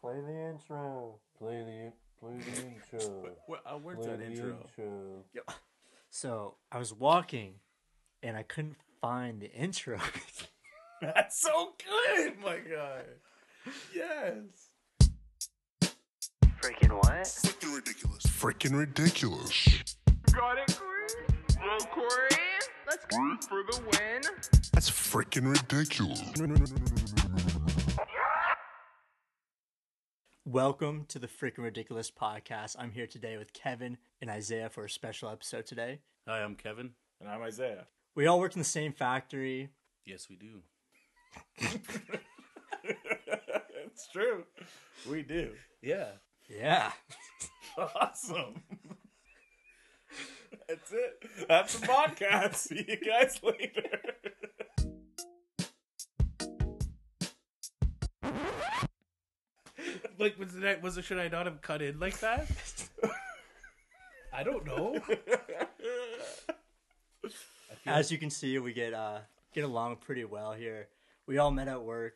Play the intro. Play the play the intro. Well, uh, where's play that the intro? intro. So I was walking and I couldn't find the intro. That's so good, my guy. Yes. Freaking what? Freaking ridiculous. Freaking ridiculous. Got it, Corey? Well, Corey, let's go for the win. That's freaking ridiculous. Welcome to the Freaking Ridiculous Podcast. I'm here today with Kevin and Isaiah for a special episode today. Hi, I'm Kevin. And I'm Isaiah. We all worked in the same factory. Yes, we do. It's true. We do. Yeah. Yeah. Awesome. That's it. That's the podcast. See you guys later. Like, was that was it? Should I not have cut in like that? I don't know. As you can see, we get uh get along pretty well here. We all met at work.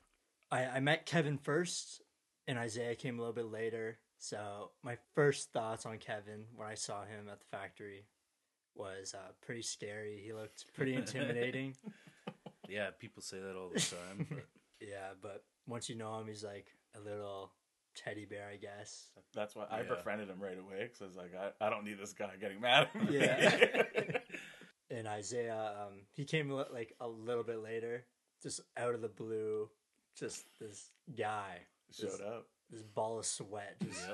I, I met Kevin first and Isaiah came a little bit later. So my first thoughts on Kevin when I saw him at the factory was uh, pretty scary. He looked pretty intimidating. Yeah, people say that all the time. But Yeah, but once you know him, he's like a little teddy bear, I guess. That's why I Yeah. befriended him right away because I was like, I, I don't need this guy getting mad at me. Yeah. and Isaiah, um, he came li- like a little bit later, just out of the blue, just this guy, Showed up. this ball of sweat, just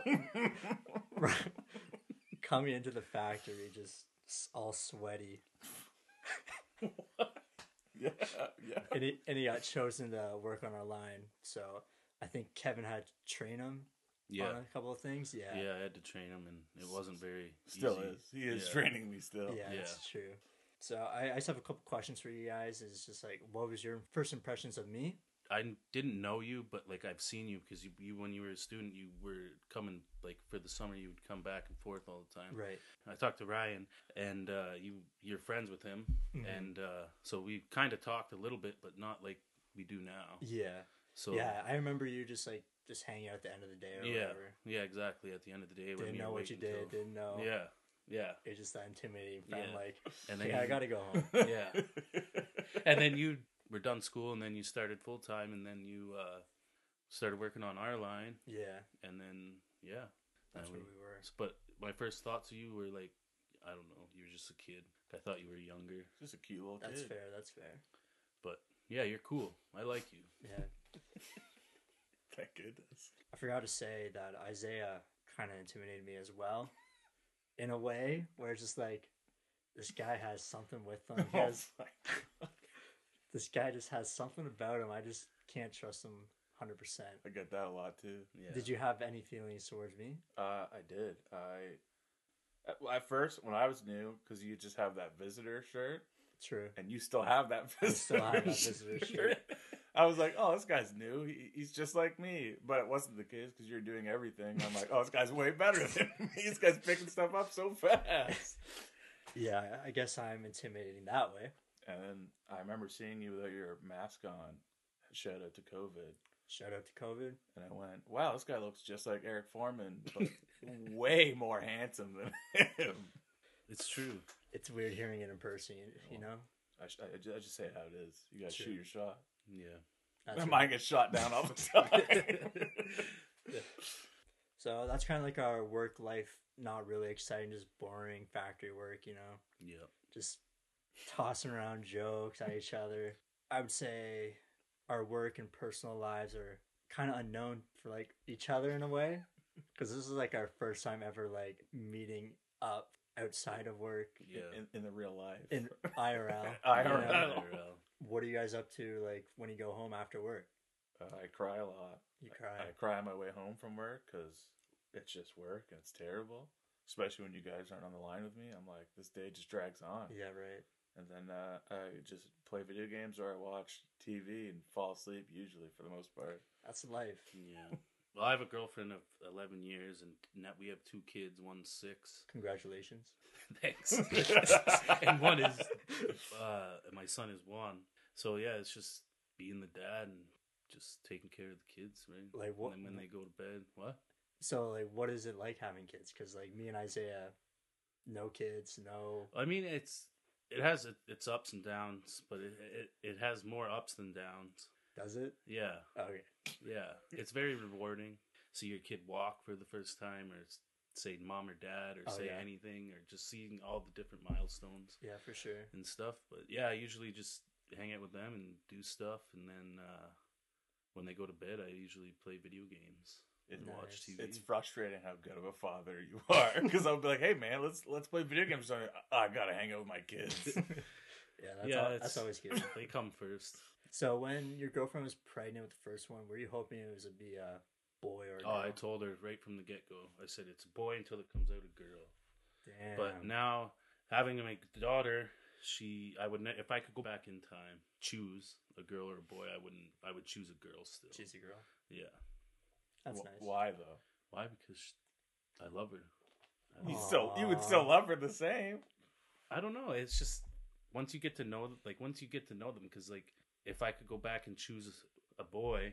coming into the factory, just s- all sweaty. Yeah. Yeah. And he, and he got chosen to work on our line. So I think Kevin had to train him on yeah, a couple of things. Yeah. yeah, I had to train him, and it wasn't very Still easy. is. He is Yeah. training me still. Yeah, that's Yeah. true. So I, I just have a couple questions for you guys. Is just like, what was your first impressions of me? I didn't know you, but like I've seen you because you, you when you were a student, you were coming like for the summer. You would come back and forth all the time. Right. I talked to Ryan, and uh, you you're friends with him, Mm-hmm. and uh, so we kind of talked a little bit, but not like we do now. Yeah. So yeah, I remember you just like just hanging out at the end of the day or yeah, whatever. yeah, exactly. At the end of the day, when Didn't we know wait what you did. until- Didn't know. Yeah, yeah, It's just that intimidating. Yeah. Yeah. like, and then yeah, I you- gotta go home. yeah, and then you were done school, and then you started full time, and then you uh, started working on our line, yeah, and then yeah, that's and where we- we were. But my first thoughts of you were like, I don't know, you were just a kid. I thought you were younger, Just a cute little That's kid. fair. That's fair. but yeah, you're cool. I like you. Yeah. Thank goodness. I forgot to say that Isaiah kind of intimidated me as well, in a way where it's just like, this guy has something with him. He has Oh my this guy just has something about him. I just can't trust him 100%. I get that a lot too. Yeah. Did you have any feelings towards me? Uh, I did. I at- well, at first when I was new, because you just have that visitor shirt, True. and you still have that visitor, still have that visitor I was like, oh, this guy's new. He, he's just like me. But it wasn't the case because you're doing everything. I'm like, oh, this guy's way better than me. This guy's picking stuff up so fast. Yeah, I guess I'm intimidating that way. And then I remember seeing you without your mask on. Shout out to COVID. Shout out to COVID. And I went, wow, this guy looks just like Eric Foreman, but way more handsome than him. It's true. It's weird hearing it in person, you, you know? I, sh- I, ju- I just say how it is. You gotta Sure. shoot your shot. Yeah. That's right. Mine gets shot down all the time. So that's kind of like our work life, not really exciting, just boring factory work, you know? Yeah. Just tossing around jokes at each other. I would say our work and personal lives are kind of unknown for like each other in a way. Because this is like our first time ever like meeting up outside of work Yeah. in, in the real life. in IRL. IRL. IRL. uh, What are you guys up to like when you go home after work? Uh, I cry a lot. You I cry. cry on my way home from work because it's just work and it's terrible. Especially when you guys aren't on the line with me. I'm like, this day just drags uh, on. Yeah, right. And then uh, I just play video games or I watch TV and fall asleep, usually for the most part. That's life. Yeah. Well, I have a girlfriend of 11 years, and now we have two kids. One's six. Congratulations. Thanks. and one is, uh, my son is one. So, yeah, it's just being the dad and just taking care of the kids, right? Like, what- And then when they go to bed. So like, what is it like having kids? Because like me and Isaiah, no kids, no. I mean, it's it has it, its ups and downs, but it, it it has more ups than downs. Does it? Yeah, Okay. yeah. It's very rewarding. See your kid walk for the first time, or s- say mom or dad, or Oh, say yeah. anything, or just seeing all the different milestones Yeah, for sure. and stuff. But yeah, I usually just hang out with them and do stuff, and then uh, when they go to bed, I usually play video games and watch Nice. TV. It's frustrating how good of a father you are because I'll be like, "Hey man, let's let's play video games." So I, I gotta hang out with my kids. Yeah, that's, Yeah, al- it's- that's always good. they come first. so when your girlfriend was pregnant with the first one, were you hoping it was to be a boy or? a Oh, I girl? told her right from the get go. I said it's a boy until it comes out a girl. Damn. But now having my daughter, she I would ne- if I could go back in time, choose a girl or a boy, I wouldn't. I would choose a girl still. she's a girl. Yeah. That's Wh- nice. Why though? Why? Because sh I love her. You Aw. still you would still love her the same. I don't know. It's just once you get to know like once you get to know them because like if I could go back and choose a boy,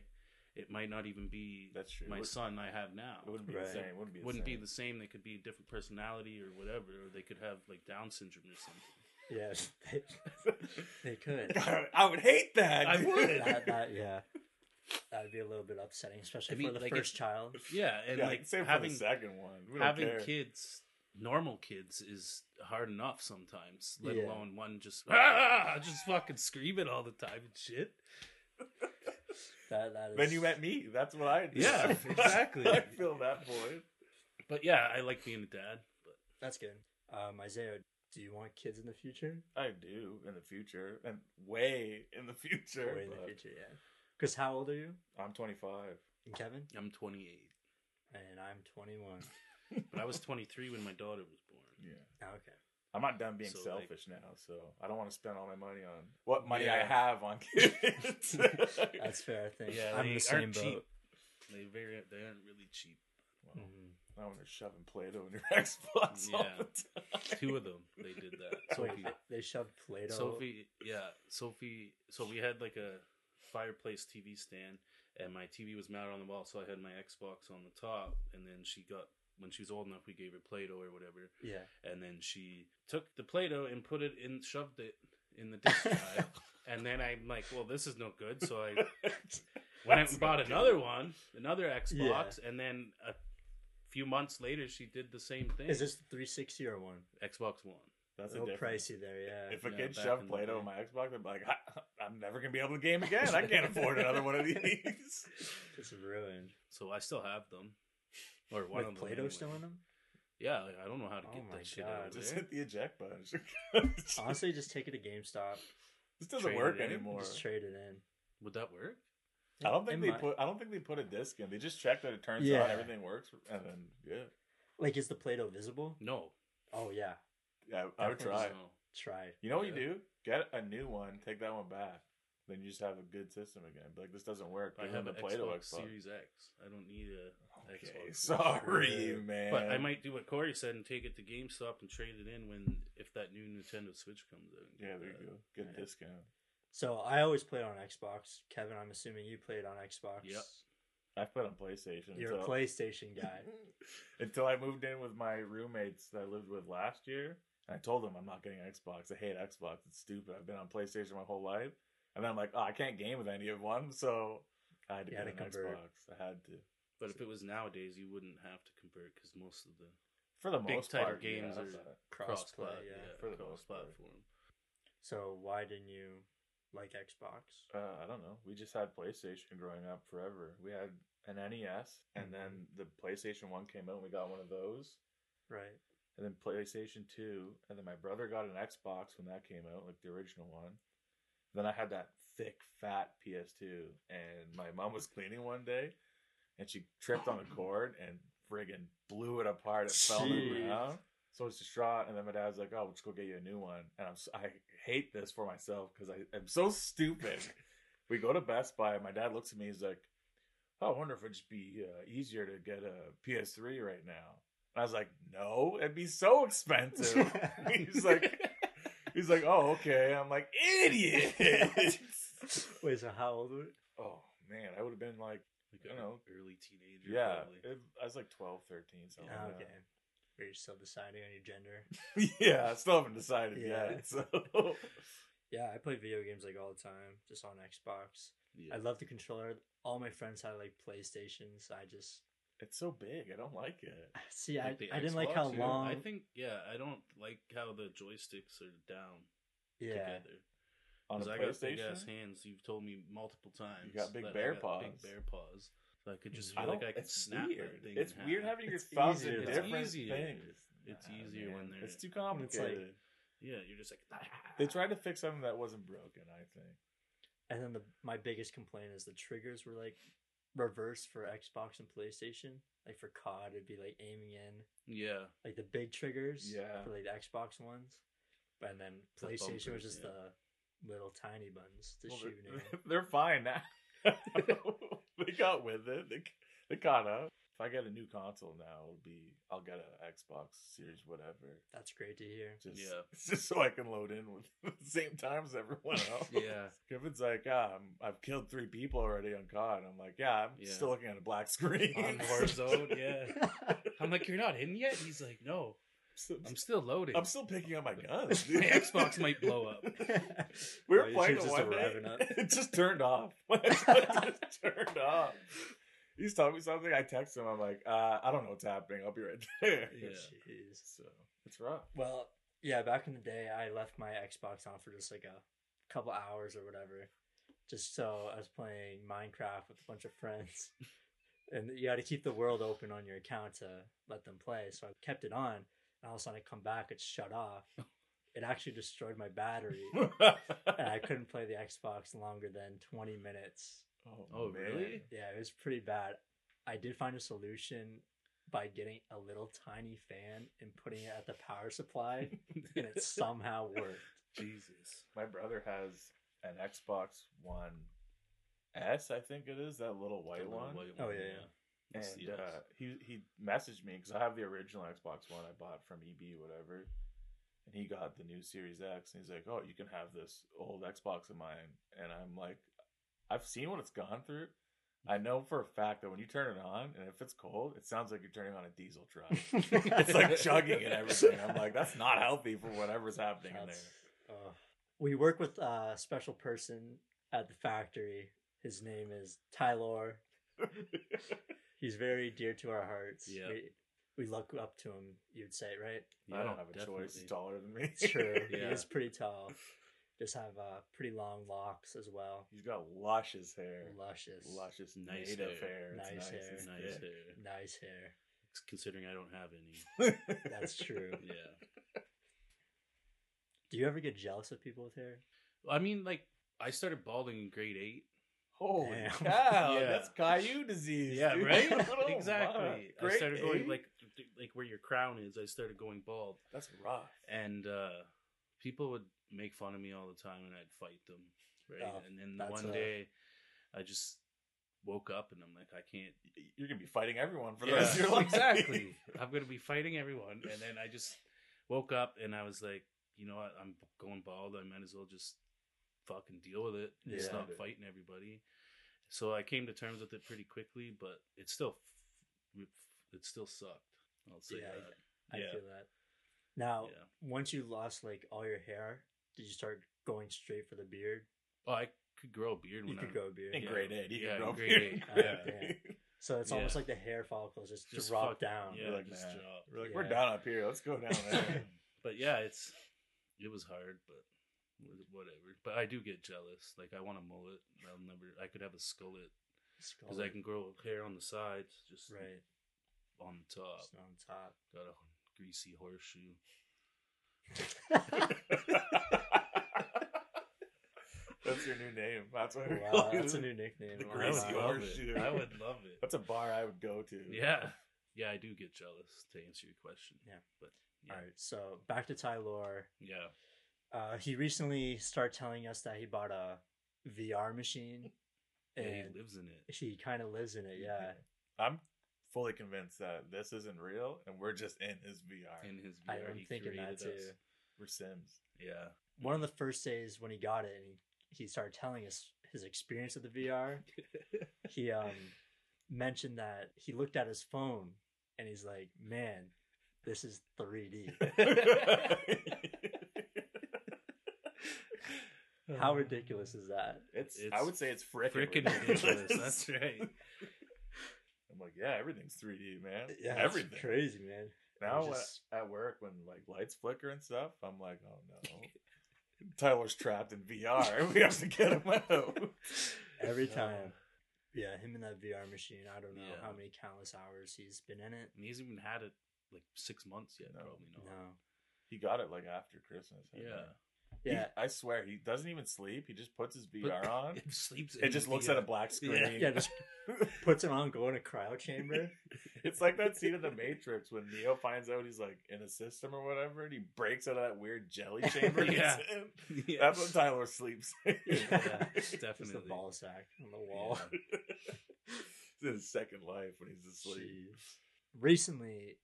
it might not even be That's true. my It would- son I have now. It wouldn't be Right. the same. It wouldn't be the wouldn't same. be the same. They could be a different personality or whatever, or they could have like Down syndrome or something. Yeah, they, they could. God, I would hate that. I would. that, that, yeah, that'd be a little bit upsetting, especially I mean, for the like, first it- child. Yeah, and yeah, like same having for the second one. We don't having care. kids, normal kids, is hard enough sometimes. Let Yeah. alone one just "Ah!" just fucking screaming all the time and shit. That that is. Then you met me. That's what I. did. Yeah, exactly. I feel that void. But yeah, I like being a dad. But That's good. Um, Isaiah, do you want kids in the future? I do in the future and way in the future. Way in the but future, yeah. Because how old are you? I'm 25. And Kevin? I'm 28, And I'm 21. but I was 23 when my daughter was born. Yeah. Oh, okay. I'm not done being So, like- selfish now, so I don't want to spend all my money on what money I Yeah. have on kids. That's fair, I think. Yeah, I'm they the same aren't boat. cheap. They very they aren't really cheap. well, Mhm. now I'm just shoving Play-Doh in your Xbox all the Yeah. time. Two of them, they did that. Wait, Sophie, they shoved Play-Doh. Sophie, yeah, Sophie. So we had like a fireplace TV stand, and my TV was mounted on the wall, so I had my Xbox on the top, and then she got when she was old enough, we gave her Play-Doh or whatever, Yeah. and then she took the Play-Doh and put it in, shoved it in the disc drive, and then I'm like, well, this is no good, so I went out That's and bought not good. another one, another Xbox, and then a few months later, she did the same thing. Is this the 360 or one? Xbox One? That's a a little difference. pricey there, yeah. If a Yeah, kid back in shoved the Play-Doh day. in my Xbox, I'd be like, "I- I'm never gonna be able to game again. I can't afford another one of these. It's ruined. So I still have them. Or one With of them Play-Doh anyway. still in them? Yeah, like, I don't know how to Oh get my that shit God. out of Just there. hit the eject button. this Honestly, just take it to GameStop. doesn't trade work it in. anymore. Just trade it in. Would that work? I don't think It they might- put. I don't think they put a disc in. They just check that it turns Yeah. on, everything works, and then yeah, Like, is the Play-Doh visible? No. Oh, yeah. yeah. I would Definitely try. No. Try. You know what Yeah. you do? Get a new one, take that one back, then you just have a good system again. Be like this doesn't work. I give have them an the Play-Doh Xbox, Xbox. Series X. I don't need a Okay, Xbox. One. sorry, Sure. man. But I might do what Corey said and take it to GameStop and trade it in when if that new Nintendo Switch comes out. and Yeah, get there you that. go. Get Yeah. a discount. So I always played on Xbox. Kevin, I'm assuming you played on Xbox. Yep. I've played on PlayStation. You're a until- PlayStation guy. until I moved in with my roommates that I lived with last year. And I told them I'm not getting an Xbox. I hate Xbox. It's stupid. I've been on PlayStation my whole life. And then I'm like, oh, I can't game with any of one. So I had to You had get an to convert. Xbox. I had to. But if it was nowadays, you wouldn't have to convert because most of the For the big most title part, games yeah, are that's not- cross Cross-play, platform. yeah, for the cross most part. platform. So why didn't you like Xbox? uh, I don't know. We just had PlayStation growing up forever. We had an NES, and then the PlayStation 1 came out, and we got one of those. Right. and then PlayStation 2, and then my brother got an Xbox when that came out, like the original one. Then I had that thick, fat PS2, and my mom was cleaning one day, and she tripped on a cord and friggin' blew it apart. It fell on the Jeez. ground. So I was distraught, and then my dad's like, "Oh, we'll just go get you a new one." And I'm, s- I hate this for myself because I am so stupid. we go to Best Buy, and my dad looks at me, he's like, "Oh, I wonder if it'd just be uh, easier to get a PS3 right now." And I was like, "No, it'd be so expensive." he's like, he's like, "Oh, okay." I'm like, "Idiot!" Wait, so how old were oh man, I would have been like Like I an know. early teenager. Yeah, probably. it, I was like 12, 13, something. Oh, like okay. that. Are you still deciding on your gender? yeah, I still haven't decided Yeah. yet. So Yeah, I play video games like all the time, just on Xbox. Yeah. I love the controller. All my friends had like PlayStations. I just it's so big. I don't like it. see. Like the I, I didn't like Xbox, how yeah. long. I think yeah, I don't like how the joysticks are down yeah, together. On a Because I got big PlayStation, ass hands. You've told me multiple times. got big that I bear got Big paws. bear paws. So I could just I feel like don't- I could it's snap weird. that thing. It's in weird half. having your It's thumbs easier. in It's different easier. things. It's Nah, easier when they're- it's too when it's, like- complicated. Yeah, you're just like. "Ah." they tried to fix something that wasn't broken. I think. and then the my biggest complaint is the triggers were like reversed for Xbox and PlayStation. Like for COD, it'd be like aiming in, Yeah. like the big triggers. Yeah. for like the Xbox ones, and then The PlayStation was bumpers, just yeah. the little tiny buttons to Well, shoot. they're, and aim. they're fine now. they got with it. They, they caught up. If I get a new console now, it'll be I'll get a Xbox Series whatever. That's great to hear. Just, Yeah. just so I can load in with the same time as everyone else. Yeah. If it's like, ah, I'm, I've killed three people already on COD, I'm like, yeah, I'm Yeah. still looking at a black screen. On Warzone, yeah. I'm like, you're not in yet. He's like, no, So- I'm still loading. I'm still picking up my guns. My dude. Xbox might blow up. We Oh, were your playing shit's it just one day. arriving up. It just turned off. it just turned off. He's telling me something. I text him. I'm like, uh, I don't know what's happening. I'll be right there. Yeah. Jeez. So it's rough. Well, yeah, back in the day, I left my Xbox on for just like a couple hours or whatever. Just so I was playing Minecraft with a bunch of friends. and you got to keep the world open on your account to let them play. So I kept it on. And all of a sudden, I come back, it's shut off. It actually destroyed my battery. and Oh, I couldn't play the Xbox longer than 20 minutes. Oh, really? Yeah, it was pretty bad. I did find a solution by getting a little tiny fan and putting it at the power supply, and it somehow worked. Jesus. My brother has an Xbox One S, I think it is that little white The little one. white Oh, one, yeah, and It's the uh, X. he he messaged me because I have the original Xbox One I bought from EB whatever, and he got the new Series X and he's like, "Oh, you can have this old Xbox of mine," and I'm like, "I've seen what it's gone through. I know for a fact that when you turn it on and if it's cold, it sounds like you're turning on a diesel truck. it's like chugging and everything. I'm like, that's not healthy for whatever's happening in there." That's- ugh. we work with uh, a special person at the factory. His name is Tyler. He's very dear to our hearts. Yeah. We, we look up to him, you'd say, right? I Yeah, don't have a choice. definitely. He's taller than me. It's true. He Yeah. is pretty tall. Just have uh, pretty long locks as well. He's got luscious hair. Luscious. Luscious Nice native hair. hair. It's Nice hair. It's Nice thick. hair. Nice hair. Considering I don't have any. That's true. Yeah. Do you ever get jealous of people with hair? I mean, like, I started balding in grade eight. Holy Damn. cow! Yeah. That's Caillou disease. Yeah, dude. right? Oh my. exactly. I Great started going eight? like th- like where your crown is, I started going bald. that's rough. And uh people would make fun of me all the time and I'd fight them. Right. Oh, and then that's one a- day I just woke up and I'm like, I can't You're gonna be fighting everyone for the Yeah, rest of your life. Exactly. I'm gonna be fighting everyone. And then I just woke up and I was like, you know what, I'm going bald, I might as well just fucking deal with it and Yeah. stop fighting everybody. So I came to terms with it pretty quickly, but it still f- it still sucked. I'll say Yeah, that. I yeah. feel that. Now, Yeah. once you lost like all your hair, did you start going straight for the beard? Oh, I could grow a beard when you I could go beard. In Yeah. grade eight, you Yeah, can in grow grade beard. eight. Yeah. So it's almost Yeah. like the hair follicles just, Just drop fuck- down. Yeah, We're like, just nah. drop. We're like, Yeah. we're down up here. Let's go down there. but yeah, it's it was hard, but wh- whatever. But I do get jealous. Like I want a mullet. I'll never. I could have a skullet Skull. because I can grow hair on the sides, just right on the top. just on top. Got a greasy horseshoe. that's your new name. That's what. we're Wow, calling that's a it. new nickname. The Wow. greasy I horse. would love horseshoe. it. I would love it. That's a bar I would go to. Yeah, yeah, I do get jealous to answer your question. Yeah. but yeah, All right, so back to Tyler. yeah. Uh, he recently started telling us that he bought a VR machine, Yeah, and he lives in it. he, kind of lives in it. Yeah, I'm fully convinced that this isn't real, and we're just in his VR. In his I- VR, I'm he thinking that created too. us. we're Sims. Yeah, one of the first days when he got it and he, he started telling us his experience of the VR, he um mentioned that he looked at his phone and he's like, "Man, this is 3D." How ridiculous is that? It's, I It's would say it's frickin' Freaking ridiculous. That's right. I'm like, yeah, everything's 3D, man. Yeah, that's everything. crazy, man. Now It's at- just- at work, when like lights flicker and stuff, I'm like, oh no, Tyler's trapped in VR. We have to get him out. Every Uh, time. Yeah, him in that VR machine. I don't know Yeah. how many countless hours he's been in it. And he hasn't even had it like six months yet. No. Probably not. No. he got it like after Christmas. I think. Yeah. He- Yeah. I swear he doesn't even sleep. He just puts his VR But- on. It sleeps. It just looks at a black. black screen. Yeah, just puts it on, go in a cryo chamber. It's like that scene in The Matrix when Neo finds out he's like in a system or whatever, and he breaks out of that weird jelly chamber. he's Yeah. in. Yeah. that's when Tyler sleeps. Yeah, Just definitely. a ball sack on the wall. It's in his second life when he's asleep. Jeez. Recently,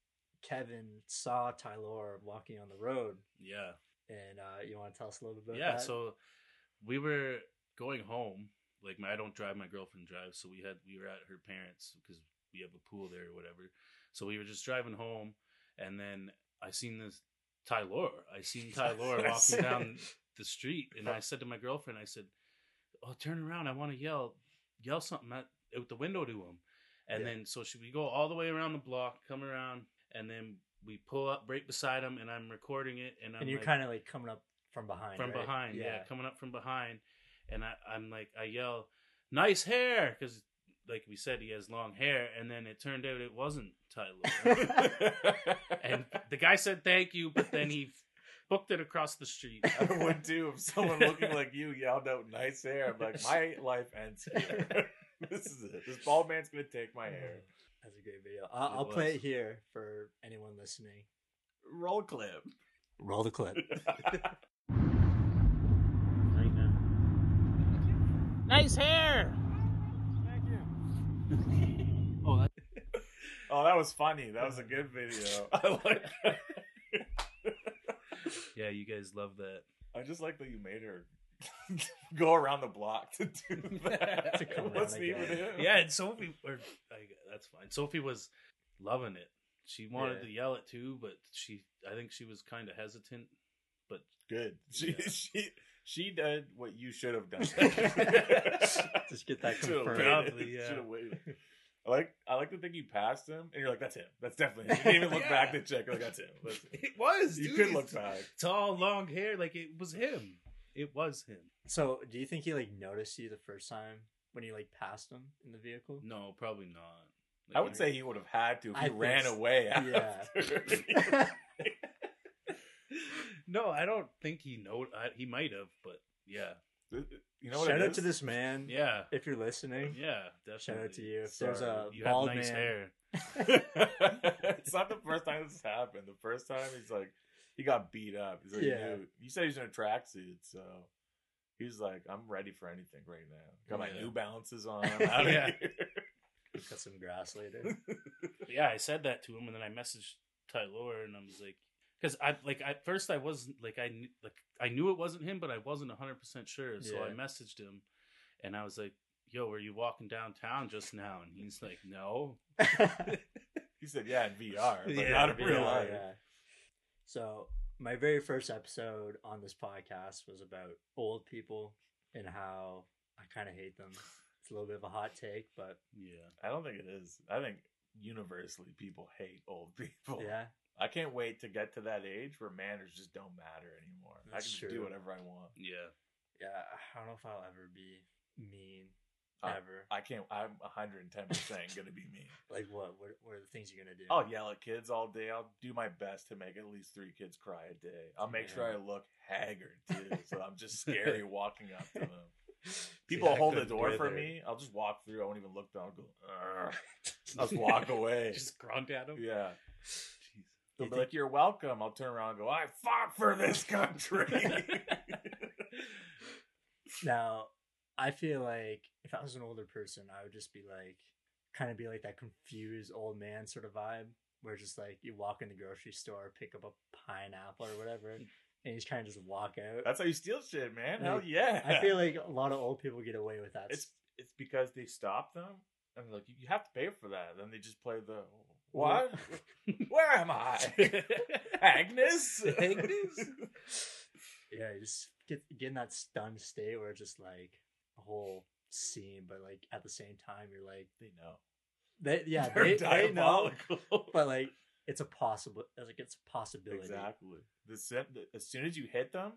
Kevin saw Tyler walking on the road, Yeah. and uh, you want to tell us a little bit about yeah that? so we were going home like my, i don't drive my girlfriend drives so we had we were at her parents because we have a pool there or whatever so we were just driving home and then i seen this tyler i seen tyler walking down the street and i said to my girlfriend i said oh turn around i want to yell yell something at, out the window to him and Yeah. then so she, we go all the way around the block come around and then we pull up right beside him and i'm recording it and i'm and you're like, kind of like coming up from behind. from right? behind. Yeah. coming up from behind, and I, I'm like, I yell, "Nice hair," because like we said, he has long hair, and then it turned out it wasn't Tyler. and the guy said thank you, but then he booked it across the street. I would too if someone looking like you yelled out nice hair. I'm like, my life ends here. this is it. This bald man's gonna take my hair. That's a great video. I'll, It I'll play was. it here for anyone listening. Roll clip. Roll the clip. Right now. Nice hair. Oh, that was funny. That was a good video. I like that. yeah, you guys love that. I just like that you made her go around the block to do that. To come it wasn't around even again. him. Yeah, and Sophie, or I, that's fine. Sophie was loving it. She wanted Yeah. to yell it too, but she, I think she was kind of hesitant. But good. She Yeah. she she did what you should have done. Just get that Should've confirmed. waited. Probably, yeah. Should've waited. I like I like to think you passed him and you're like, that's him. That's definitely him. You didn't even look Yeah. back to check. Like that's him. That's him. it was. You dude, could he's- look back. tall, long hair. Like it was him. It was him. So, do you think he like noticed you the first time when you like passed him in the vehicle? No, probably not. Like, I would say he would have had to if I he think ran so. away Yeah. after. no. I don't think he know. I, he might have, but yeah, you know what Shout it out is? to this man. yeah, If you're listening, yeah. Definitely. shout out to you. If there's a Sorry, you have bald nice man, hair. it's not the first time this has happened. The first time he's like, he got beat up. He's like, Yeah. dude, you said he's in a tracksuit, so he's like, I'm ready for anything right now. Got my Yeah. New Balances on. I'm outta Yeah. here. cut some grass later. yeah, I said that to him, and then I messaged Tyler, and I was like, because I like at first I wasn't like I kn- like I knew it wasn't him, but I wasn't hundred percent sure. So I Yeah. messaged him, and I was like, "Yo, were you walking downtown just now?" And he's like, "No." He said, yeah, in VR, but Yeah, not in VR, real life. Yeah. So my very first episode on this podcast was about old people and how I kind of hate them. It's a little bit of a hot take, but Yeah. I don't think it is. I think universally people hate old people. yeah, I can't wait to get to that age where manners just don't matter anymore. I That's can just true. do whatever I want. Yeah. yeah. I don't know if I'll ever be mean. Uh, ever. I can't. I'm 110 percent gonna be me. like what? What? What are the things you're gonna do? I'll yell at kids all day. I'll do my best to make at least three kids cry a day. I'll make sure I Yeah. look haggard too, so I'm just scary walking up to them. See, People I hold the couldn't door go for there. me. I'll just walk through. I won't even look down. I'll go. "Arr." I'll just walk away. Just grunt at him. yeah. Jeez. You They'll be think- like, "You're welcome." I'll turn around and go, "I fought for this country." Now, I feel like if I was an older person, I would just be like, kind of be like that confused old man sort of vibe, where just like you walk in the grocery store, pick up a pineapple or whatever, and you just kind of just walk out. That's how you steal shit, man. Hell Like, yeah. I feel like a lot of old people get away with that. it's it's because they stopped them And they're like, you have to pay for that. Then they just play the what? Where am I? Agnes? Agnes? Yeah, you just get get in that stunned state where it's just like a whole scene, but like at the same time you're like they know. they yeah They're they, they know, diabolical. but like it's a possible like it's a possibility. exactly. The, se- the- as soon as you hit them,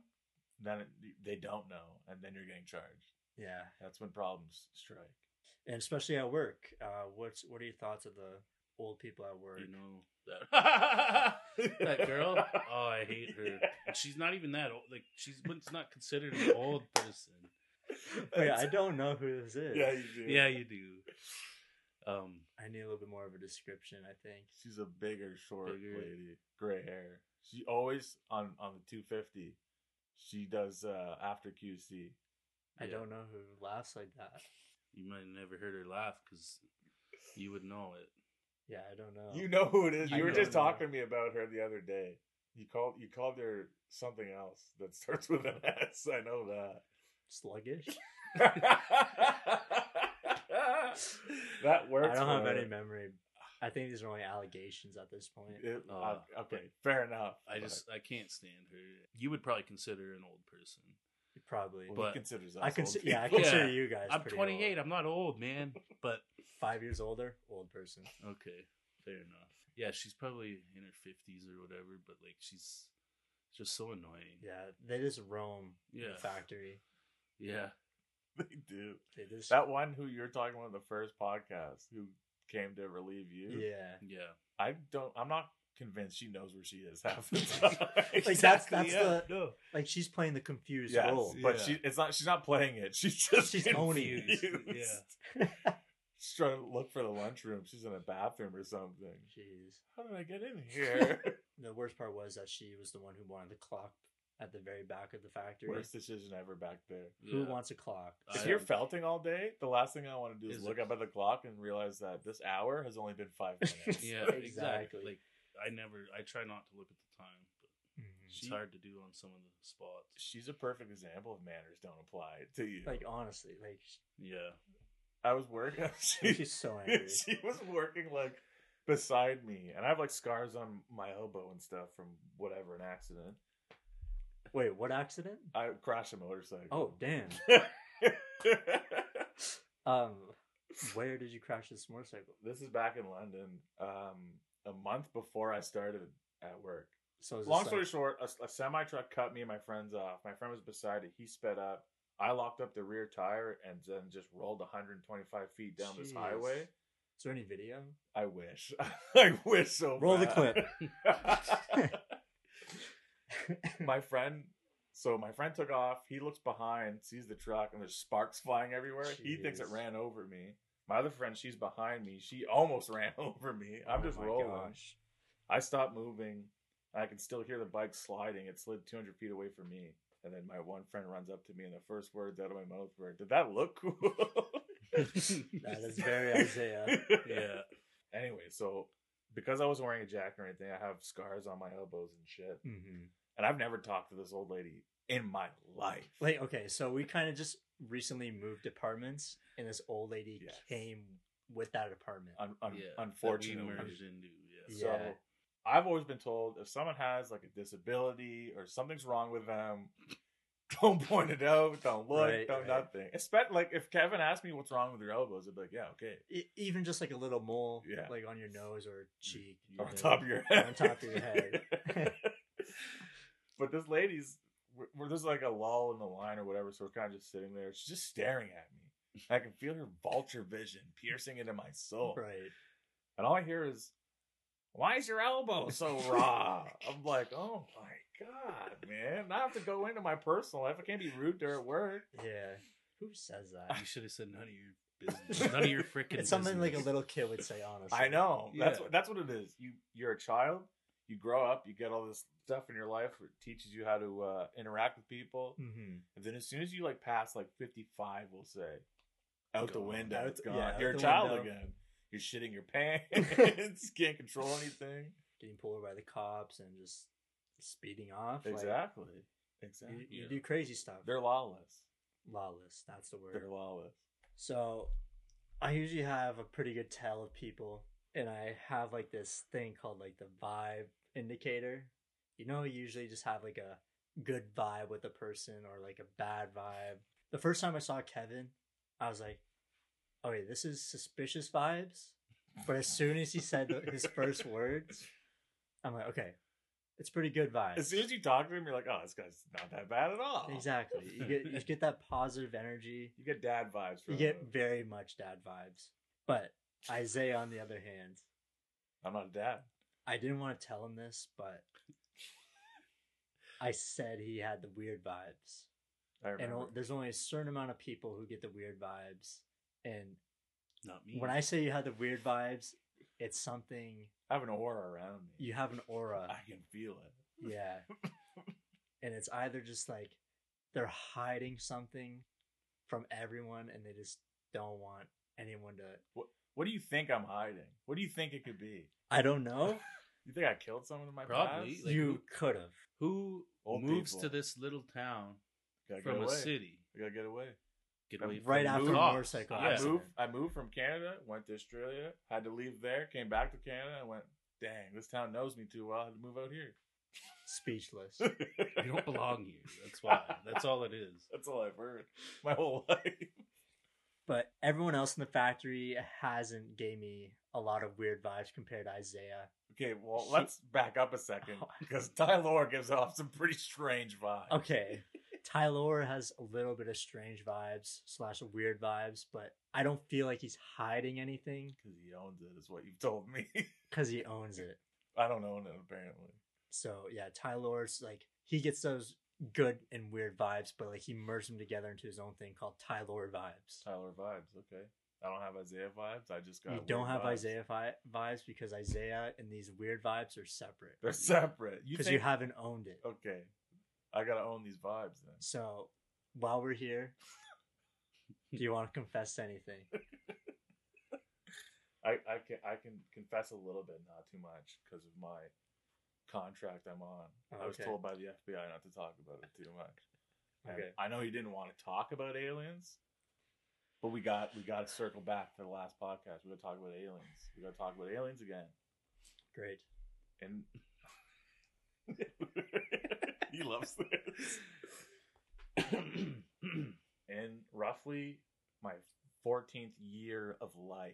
then it, they don't know, and then you're getting charged. Yeah, That's when problems strike. and especially at work. Uh, what's what are your thoughts of the old people at work? You know that, that girl. Oh, I hate her. And she's not even that old. Like she's what's not considered an old person. Wait, Oh, I don't know who this is. Yeah, you do. Yeah, you do. Um, I need a little bit more of a description. I think. She's a bigger, short Bigger. lady, gray hair. She always on on the two fifty. She does uh after QC. I Yeah. don't know who laughs like that. you might have never heard her laugh because you would know it. Yeah, I don't know. You know who it is. Oh. I You were know who just it is. talking to me about her the other day. You called you called her something else that starts with an S. I know that. sluggish. that works. I don't for have her. any memory. I think these are only allegations at this point. It- Uh, uh, okay, fair enough. I just I can't stand her. You would probably consider her an old person. Probably. Well, he but considers us I old consider. Yeah, I people. consider Yeah. you guys. I'm pretty 28. old. I'm not old, man. But Five years older, old person. okay, fair enough. Yeah, she's probably in her 50s or whatever. But like she's just so annoying. Yeah, they just roam Yeah. the factory. Yeah. They do. They just That one who you're talking about in the first podcast who came to relieve you. yeah. Yeah. I don't. I'm not convinced she knows where she is half the time. Like that's that's yeah, the like she's playing the confused yes, role. but Yeah. she it's not. She's not playing it. She's just She's owning it. confused. Yeah. She's trying to look for the lunchroom. She's in a bathroom or something. Jeez. How did I get in here? The worst part was that she was the one who wanted the clock at the very back of the factory. Worst decision ever back there. Who Yeah. wants a clock? I If don't- you're felting all day, the last thing I want to do is, Is look it- up at the clock and realize that this hour has only been five minutes. Yeah, Exactly. exactly. Like I never, I try not to look at the time, but Mhm. it's She- hard to do on some of the spots. She's a perfect example of manners don't apply to you. Mm-hmm. Like honestly, like Yeah, I was working. she's so angry. she was working like beside me, and I have like scars on my elbow and stuff from whatever an accident. Wait, what accident? I crashed a motorcycle. Oh damn. Um, where did you crash this motorcycle? this is back in London, um, a month before I started at work. So is this, Long like- story short, a, a semi truck cut me and my friends off. My friend was beside it. He sped up. I locked up the rear tire and then just rolled 125 feet down this Jeez. highway. Is there any video? I wish. I wish so. Roll the bad. my friend. So my friend took off. He looks behind, sees the truck, and there's sparks flying everywhere. He thinks it Jeez. ran over me. My other friend, she's behind me. She almost ran over me. I'm Oh just my rolling. gosh. I stopped moving. I can still hear the bike sliding. It slid 200 feet away from me. And then my one friend runs up to me, and the first words out of my mouth were, "Did that look cool?" That is very Isaiah. yeah. Anyway, so because I wasn't wearing a jacket or anything, I have scars on my elbows and shit. hmm And I've never talked to this old lady in my life. Like okay, so we kind of just recently moved apartments, and this old lady Yes. came with that apartment. un- un- yeah. unfortunately. that we merged into. Yeah. So Yeah. I've always been told if someone has like a disability or something's wrong with them, don't point it out, don't look, Right, don't right. nothing. Especially like if Kevin asked me what's wrong with your elbows, I'd be like, yeah, okay, E- even just like a little mole, Yeah. like on your nose or cheek, Or on top of your head, on top of your head. but this lady's, we're, we're- there's like a lull in the line or whatever, so we're kind of just sitting there. She's just staring at me. I can feel her vulture vision piercing into my soul. right? And all I hear is, why is your elbow so raw? I'm like, oh my God, man. I have to go into my personal life. I can't be rude to her at work. Yeah. Who says that? You should have said none of your business. None of your freaking. It's something like a business. little kid would say, honestly. I know. That's Yeah. what that's what it is. You you're a child, you grow up, you get all this stuff in your life where it teaches you how to uh, interact with people. hmm And then as soon as you like pass like fifty five, we'll say. Out the Gone. window. Out- it's gone. yeah, out you're a the child window. again. You're shitting your pants, can't control anything. Getting pulled by the cops and just speeding off. like, Exactly. Exactly. you, you Yeah. do crazy stuff. They're lawless. lawless. That's the word. They're lawless. So I usually have a pretty good tell of people, and I have like this thing called like the vibe indicator. You know, you usually just have like a good vibe with a person or like a bad vibe. The first time I saw Kevin, I was like, okay, this is suspicious vibes. But as soon as he said the- his first words, I'm like, okay, it's pretty good vibes. As soon as you talk to him, you're like, oh, this guy's not that bad at all. Exactly. You get you get that positive energy. You get dad vibes from You get him. very much dad vibes. But Isaiah, on the other hand, I'm not a dad. I didn't want to tell him this, but I said he had the weird vibes. I And remember. o- there's only a certain amount of people who get the weird vibes. And Not me. when I say you had the weird vibes, it's something I have an aura around me. you have an aura. I can feel it. Yeah. and it's either just like they're hiding something from everyone and they just don't want anyone to What What do you think I'm hiding? What do you think it could be? I don't know. You think I killed someone in my Probably, past? Like you who- could have. who Old moves people. to this little town Gotta get from a away. city? I gotta get away. Get Um, away from right the after a cops. motorcycle Yeah. I accident. moved. I moved from Canada, went to Australia, had to leave there, came back to Canada, and went. Dang, this town knows me too well. I had to move out here. Speechless. You don't belong here. That's why. That's all it is. That's all I've heard my whole life. but everyone else in the factory hasn't gave me a lot of weird vibes compared to Isaiah. Okay, well, let's back up a second Oh, because Tyler gives off some pretty strange vibes. Okay. Tyler has a little bit of strange vibes slash weird vibes, but I don't feel like he's hiding anything Because he owns it, is what you've told me. because he owns it. I don't own it, apparently. So yeah, Tyler's like he gets those good and weird vibes, but like he merged them together into his own thing called Tyler vibes. Tyler vibes, okay. I don't have Isaiah vibes. I just got. You weird don't have vibes. Isaiah vi- vibes because Isaiah and these weird vibes are separate. They're separate. You because think... you haven't owned it. Okay, I gotta own these vibes then. So while we're here, do you want to confess anything? I, I can I can confess a little bit, not too much, because of my contract I'm on. I was Okay. told by the FBI not to talk about it too much. And Okay. I know you didn't want to talk about aliens, but we got we got to circle back to the last podcast. We got to talk about aliens. We got to talk about aliens again. Great. And he loves this. and roughly my 14th year of life.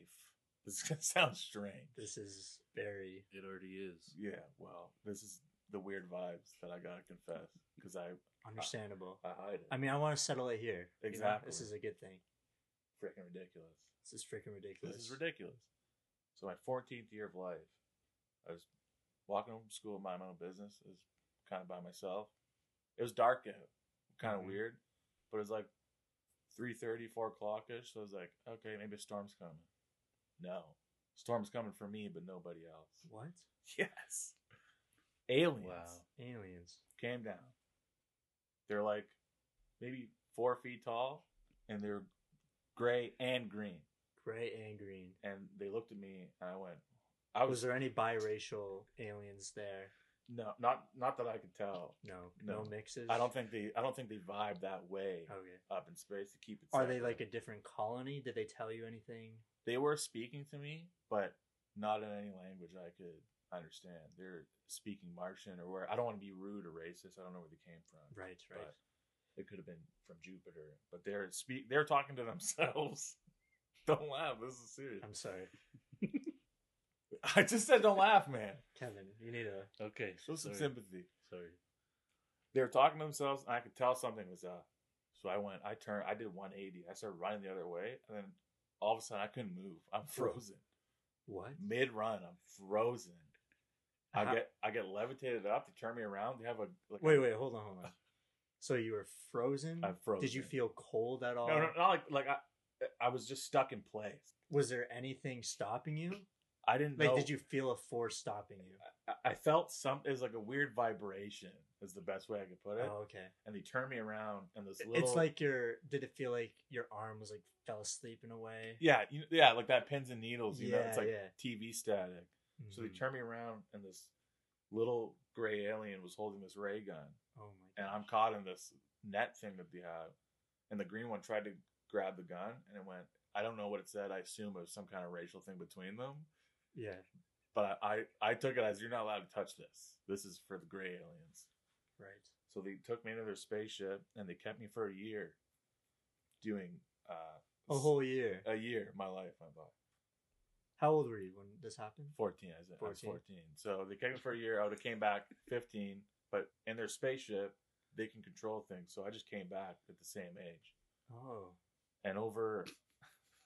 This is gonna sound strange. This is very It already is. Yeah, well, this is the weird vibes that I gotta confess because I understandable. I hide it. I mean, I want to settle it here. you know? Uh, Exactly. This is a good thing. freaking ridiculous. This is freaking ridiculous. This is ridiculous. So my 14th year of life, I was walking home from school, mind my own business. I was kind of by myself. It was dark out, kind of Mhm. weird, but it was like 3:30, 4 o'clock ish. So I was like, okay, maybe a storm's coming. No, storm's coming for me, but nobody else. What? Yes, aliens. Wow. Aliens. came down. They're like maybe four feet tall, and they're gray and green. Gray and green. And they looked at me, and I went, "I Was was there any biracial aliens there? no, not not that I could tell. No. No, No. mixes? I don't think they, I don't think they vibe that way Okay. up in space to keep it. Oh. Are they separate. like a different colony? Did they tell you anything? They were speaking to me, but not in any language I could understand. They're speaking Martian or where I don't want to be rude or racist. I don't know where they came from. Right, right. but it could have been from Jupiter. But they're speak they're talking to themselves. don't laugh. This is serious. I'm sorry. I just said don't laugh, man. Kevin, you need a. Okay. Show some sorry. sympathy. Sorry. They were talking to themselves, and I could tell something was up. So I went. I turned. I did 180. I started running the other way, and then all of a sudden I couldn't move. I'm frozen What? mid run. I'm frozen. I How- get I get levitated up. They turn me around. They have a like Wait, a- wait, hold on, hold on. So you were frozen? I'm frozen. Did you feel cold at all? No, no, not like like I I was just stuck in place. Was there anything stopping you? I didn't Like, know. did you feel a force stopping you? I- I felt some is like a weird vibration is the best way I could put it. Oh, okay. And they turned me around and this little It's like your. Did it feel like your arm was like fell asleep in a way? yeah, you, yeah, like that pins and needles, you know, it's Yeah, like yeah. TV static. So they Mhm. turned me around and this little gray alien was holding this ray gun Oh my. and I'm caught in this net thing that they have. And the green one tried to grab the gun and it went I don't know what it said. I assume it was some kind of racial thing between them. Yeah. But I, I, I took it as you're not allowed to touch this. This is for the gray aliens. Right. So they took me into their spaceship and they kept me for a year doing uh, Oh, A whole year. a year of my life, I thought. How old were you when this happened? 14 I, said, I was 14. 14 so they came for a year i would have came back 15 but in their spaceship they can control things so i just came back at the same age Oh, and over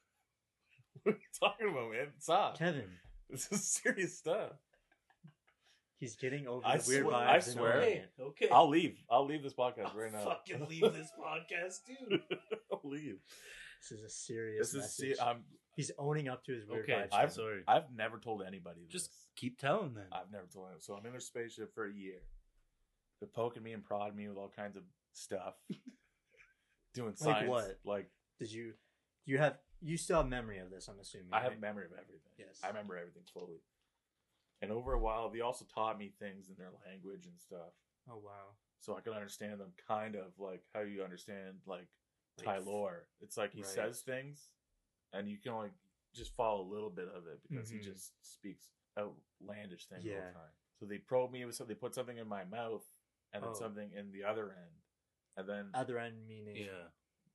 what are you talking about man stop Kevin, this is serious stuff he's getting over I the weird swear- vibes. I and swear. owning it. Okay. i'll leave i'll leave this podcast I'll right now fucking leave this podcast, dude. i'll leave This is a serious. this is message. se- uh, I'm, he's owning up to his weird Okay, vibes. I'm I've- Kevin. sorry. i've never told anybody this. Just keep telling them. I've never told him. So I'm in their spaceship for a year. They're poking me and prodding me with all kinds of stuff. Doing science. Like what? Did you? You have? You still have memory of this? I'm assuming. I have right? memory of everything. Yes. I remember everything fully. And over a while, they also taught me things in their language and stuff. Oh wow. So I could understand them kind of like how you understand like Thai Like, lore. It's like he Right. says things and you can only just follow a little bit of it because Mhm. he just speaks outlandish things all Yeah. the time. So they probed me with something, they put something in my mouth and then Oh. something in the other end. And then Other end meaning. Yeah.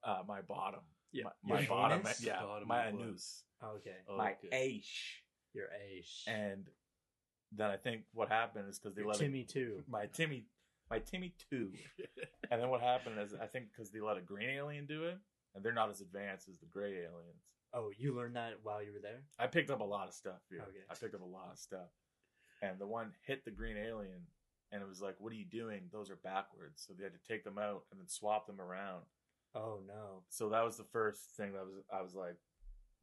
uh, my bottom. Yeah. My, my Your bottom. anus? Yeah. Bottom my of what? anus. Oh, okay. Oh, my okay. aish. Your Aish. And then I think what happened is because they Your let Timmy it, too. my Timmy, my Timmy two. and then what happened is I think because they let a green alien do it, and they're not as advanced as the gray aliens. Oh, you learned that while you were there. I picked up a lot of stuff here. Okay. I picked up a lot of stuff, and the one hit the green alien, and it was like, "What are you doing? Those are backwards." So they had to take them out and then swap them around. Oh no. So that was the first thing that was I was like,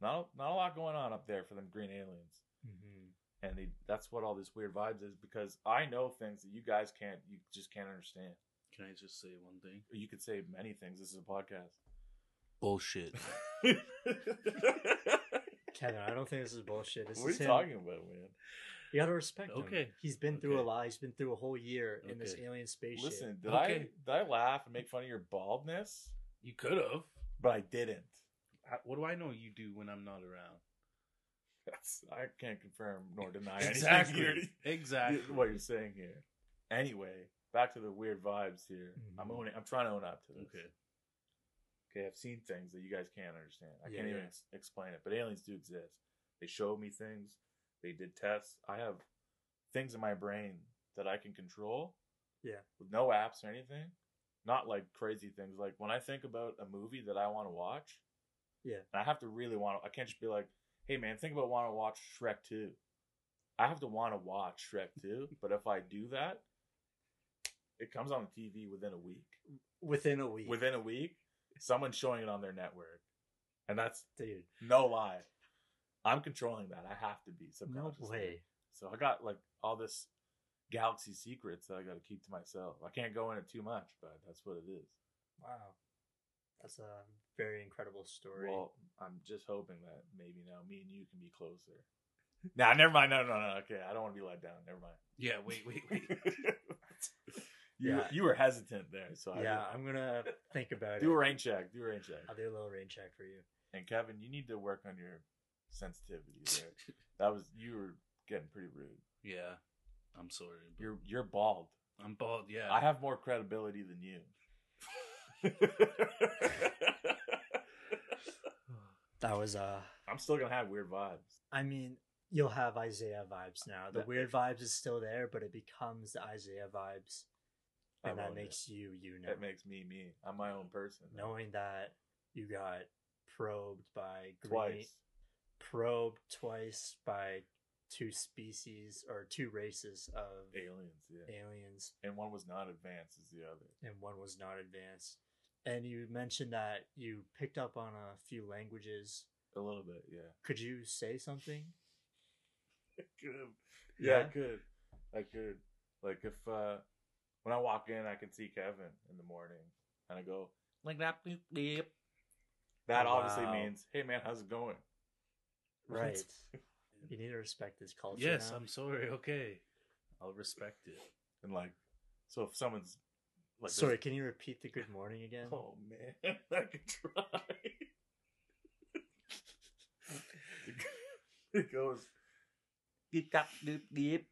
"Not not a lot going on up there for them green aliens." hmm and they, that's what all this weird vibes is because I know things that you guys can't, you just can't understand. Can I just say one thing? You could say many things. This is a podcast. Bullshit. Kevin, I don't think this is bullshit. This what are is you him. talking about, man? You gotta respect him. Okay. He's been through a Okay. lot. He's been through a whole year in this Okay. alien spaceship. Listen, did I Okay. did I laugh and make fun of your baldness? you could have. But I didn't. What do I know you do when I'm not around? That's, I can't confirm nor deny anything here. exactly. what you're saying here. Anyway, back to the weird vibes here. I'm Mhm. owning. I'm trying to own up to this. Okay. Okay, I've seen things that you guys can't understand. I Yeah, can't even yeah. ex- explain it, but aliens do exist. They showed me things. They did tests. I have things in my brain that I can control. Yeah. With no apps or anything. Not like crazy things. Like when I think about a movie that I want to watch. Yeah. And I have to really want to. I can't just be like, hey man, think about want to watch Shrek 2. I have to want to watch Shrek 2. but if I do that, it comes on the TV within a week within a week. within a week, someone's showing it on their network. And that's dude. no lie. I'm controlling that. I have to be No subconsciously. way. So I got like all this galaxy secrets that I got to keep to myself. I can't go in it too much, but that's what it is. Wow. That's a very incredible story. Well, I'm just hoping that maybe now me and you can be closer. nah, never mind. No, no, no. Okay, I don't want to be let down. Never mind. Yeah. Wait. Wait. Wait. you Yeah. you were hesitant there, so yeah, I I'm gonna think about do a it. rain check. Do a rain check. I'll do a little rain check for you. And Kevin, you need to work on your sensitivity there. that was you were getting pretty rude. yeah. I'm sorry. but You're you're bald. I'm bald. Yeah. I have more credibility than you. That was uh I'm still gonna have weird vibes. I mean, you'll have Isaiah vibes now. The That- weird vibes is still there, but it becomes the Isaiah vibes. I And that love it. makes you you now. That makes me me. I'm my own person. Knowing that you got probed by green, twice. probed twice by two species or two races of Aliens, yeah. aliens And one was not advanced as the other. and one was not advanced. And you mentioned that you picked up on a few languages. A little bit, yeah. Could you say something? Good. Yeah, I Yeah? could. I could. Like if uh when I walk in I can see Kevin in the morning and I go, Like that. bleep, bleep. that obviously Wow. means, hey man, how's it going? Right. you need to respect this culture. yes. now. I'm sorry. Okay. I'll respect it. And like, so if someone's like, Oh, Sorry, can you Oh, repeat the good morning again? there's- oh man, I could try. It goes deep dap doop deep.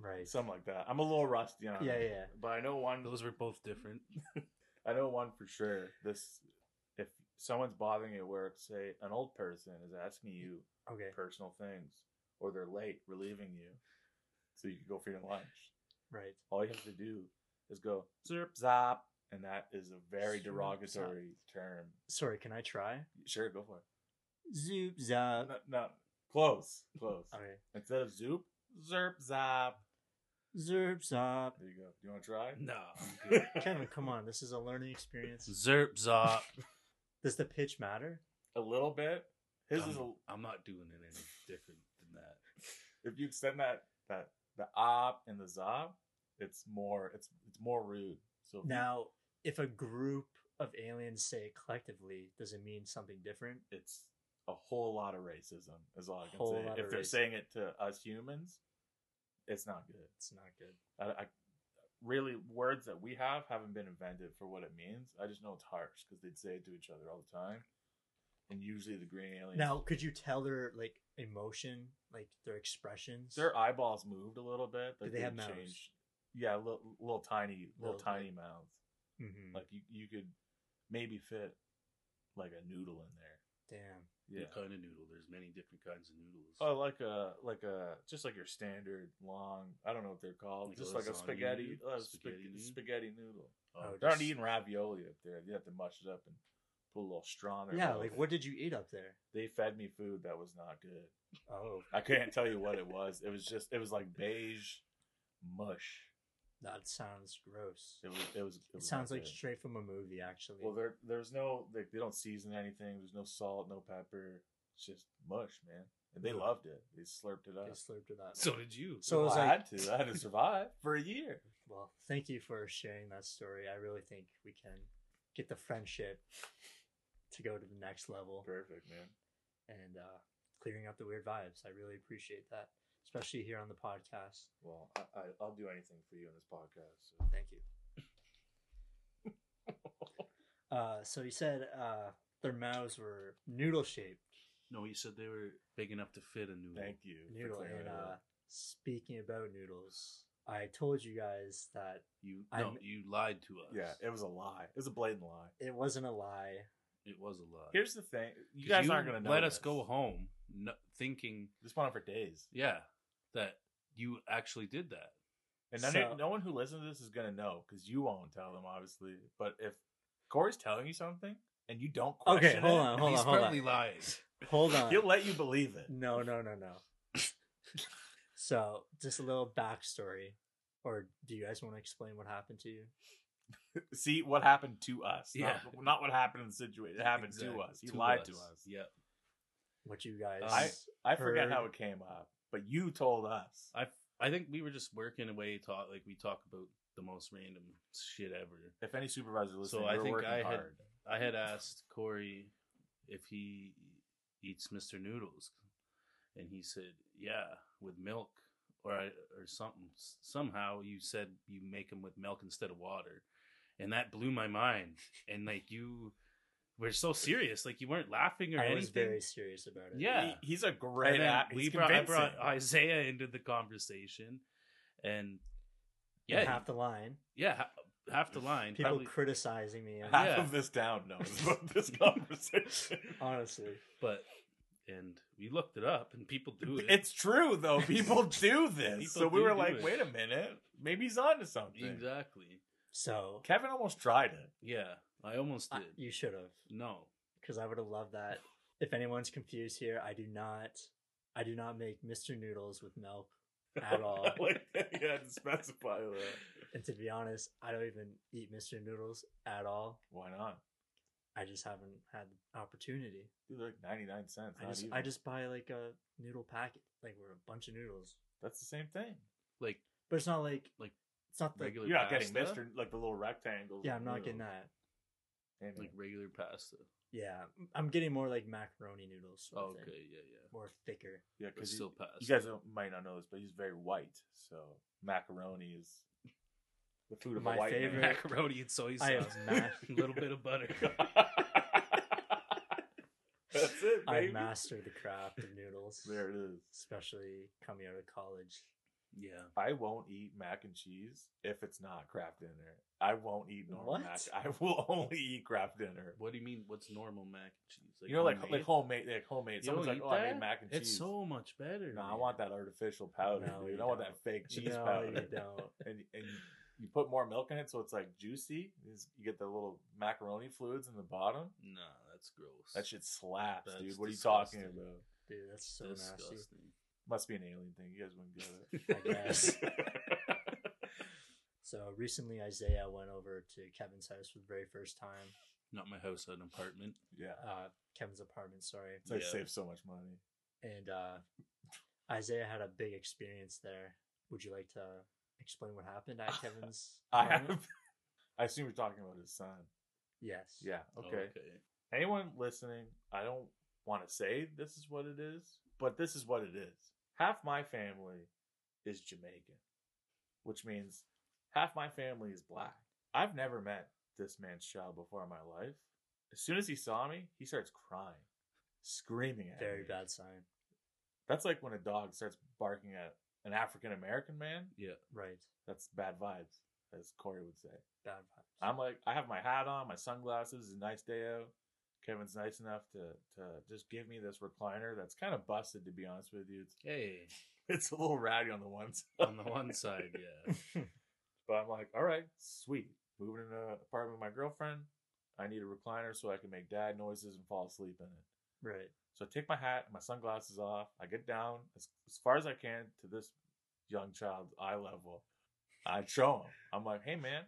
Right. Something like that. I'm a little rusty uh, on it. yeah, yeah. But I know one Those were both different. I know one for sure. This if someone's bothering you at work, say an old person is asking you Okay. personal things or they're late relieving you so you can go for your lunch. Right. All you have to do is go zip zap and that is a very derogatory term. Sorry, can I try? Sure, go for it. Zoop zap. Not, not close. Close. Okay. Instead of zoop, zerp zap. Zerp zop. There you go. Do you want to try? Nah. I'm good. Kevin, come on. This is a learning experience. Zerp zop. Does the pitch matter? a little bit. His I'm, is a, I'm not doing it any different than that. if you extend that that the op and the zob, it's more it's it's more rude. So if you- Now, if a group of aliens say it collectively, does it mean something different? it's a whole lot of racism is all I can Whole lot say. of If they're racism. saying it to us humans, it's not good. It's not good. I, I really words that we have haven't been invented for what it means. I just know it's harsh because they'd say it to each other all the time, and usually the green aliens. Now, could you tell their like emotion, like their expressions? their eyeballs moved a little bit. Do they have mouths? changed- Yeah, little, little tiny, little, Little bit. tiny mouths. Mhm. Like you, you could maybe fit like a noodle in Damn. there. Yeah. What kind of noodle? There's many different kinds of noodles. Oh, like a like a just like your standard long. I don't know what they're called. Like just a like a lasagna spaghetti noodle? uh, Spaghetti spaghetti, noodle? spaghetti noodle. Oh, They're not just- eating ravioli up there. You have to mush it up and put a little straw in there. Yeah, like what did you eat up there? they fed me food that was not good. Oh, I couldn't tell you what it was. It was just it was like beige mush. that sounds gross. It was it was. It, It was sounds not like good. straight from a movie, actually. Well, there there's no like they don't season anything. There's no salt, no pepper. It's just mush, man. And they Ugh. loved it. They slurped it they up. slurped it up. so did you? So it was I like, had to. I had to survive for a year. well, thank you for sharing that story. I really think we can get the friendship to go to the next level Perfect, man. and uh, clearing up the weird vibes. I really appreciate that, especially here on the podcast. Well, I, I, I'll do anything for you in this podcast. Thank you. uh, so you said uh, their mouths were noodle shaped. No, he said they were big enough to fit a noodle. Thank you. for Noodle. clearing And that uh, up. speaking about noodles, I told you guys that you. No, I'm- you lied to uh, us. yeah, it was a lie. It was a blatant lie. it wasn't a lie. it was a lie. Here's the thing: you 'Cause guys aren't going to let us go home, no, thinking, This went on for days, yeah, that you actually did that. and none, So- no one who listens to this is going to know because you won't tell them, obviously. But if Corey's telling you something and you don't question Okay, hold it, on, hold He's on, hold probably on. lies. Hold on. he'll let you believe it. No, no, no, no. so, just a little backstory, or do you guys want to explain what happened to you? See what happened to us. Yeah. Not, not what happened in the situation. It happened to Exactly. us. He lied to us. Yeah, What you guys? I- I forget Heard. how it came up, but you told us. I I think we were just working away. Talk like we talk about the most random shit ever. If any supervisor listening, So I we're think working I had- hard. I had asked Corey if he eats Mr. Noodles, and he said, "Yeah, with milk or I, or something." S- Somehow you said you make them with milk instead of water, and that blew my mind. And like you were so serious, like you weren't laughing or I was anything. very serious about it. Yeah. He- he's a And great then act. we brought, I brought Isaiah into the conversation, and yeah, yeah. Half the line. yeah, ha- half the line. People probably- criticizing me. Half Yeah. of this town knows about this conversation. Honestly, but and we looked it up, and people do it. it's true though. People do this. People so we do were do like, it. wait a minute, maybe he's onto something. exactly so Kevin almost tried it. yeah. I almost I- did. you should have, No. because I would have loved that. If anyone's confused here, I do not, I do not make Mr. Noodles with milk at all. I like that you had to specify that. and to be honest, I don't even eat Mr. Noodles at all. Why not? I just haven't had the opportunity. Dude, they're like ninety nine cents. I not just even. I just buy like a noodle packet, like we're a bunch of noodles. that's the same thing. Like But it's not like Like, it's not the regular You're not pasta. getting Mister like the little rectangles. yeah. of I'm not getting noodles. that. Hey, man. Like regular pasta. Yeah, I'm getting more like macaroni noodles. sort Oh, of thing. okay, yeah, yeah. more thicker. yeah, But because still you, pasta. you guys don't, might not know this, but he's very white. So macaroni is the food of My a white man. favorite- macaroni and soy sauce. I have mac- a little bit of butter. That's it, I baby. mastered the craft of noodles, There it is. especially coming out of college. Yeah. I won't eat mac and cheese if it's not Kraft dinner. I won't eat normal What? mac. I will only eat Kraft dinner. What do you mean? What's normal mac and cheese? you know, like like homemade? homemade, like homemade. You Someone's don't like, eat "Oh, I that? made mac and It's cheese." so much better. no, I man. want that artificial powder, No, dude. you I want don't. that fake cheese no, you powder. don't. and and you put more milk in it, so it's like juicy. It's- You get the little macaroni fluids in the bottom. Nah, that's gross. That shit slaps, That's dude. What are you disgusting. talking about? Dude, that's so disgusting. nasty. Must be an alien thing. You guys wouldn't get it. I guess. So recently, Isaiah went over to Kevin's house for the very first time. Not my house, an apartment. Yeah, Uh, Kevin's apartment, sorry. so I Yeah. saved so much money. And uh, Isaiah had a big experience there. Would you like to explain what happened at Kevin's? I apartment? have. I assume you're talking about his son. Yes. Yeah. Oh, Okay. Anyone listening, I don't want to say this is what it is, but this is what it is. Half my family is Jamaican, which means half my family is black. I've never met this man's child before in my life. As soon as he saw me, he starts crying, screaming at Very me. bad sign. That's like when a dog starts barking at an African American man. Yeah. Right. That's bad vibes, as Corey would say. Bad vibes. I'm like, I have my hat on, my sunglasses. It's a nice day out. Kevin's nice enough to to just give me this recliner that's kind of busted, to be honest with you. It's Hey, it's a little ratty on the one side, on the one side, yeah. but I'm like, all right, sweet. Moving in an apartment with my girlfriend. I need a recliner so I can make dad noises and fall asleep in it. right. So I take my hat, my sunglasses off. I get down as, as far as I can to this young child's eye level. I show him. I'm like, hey, man,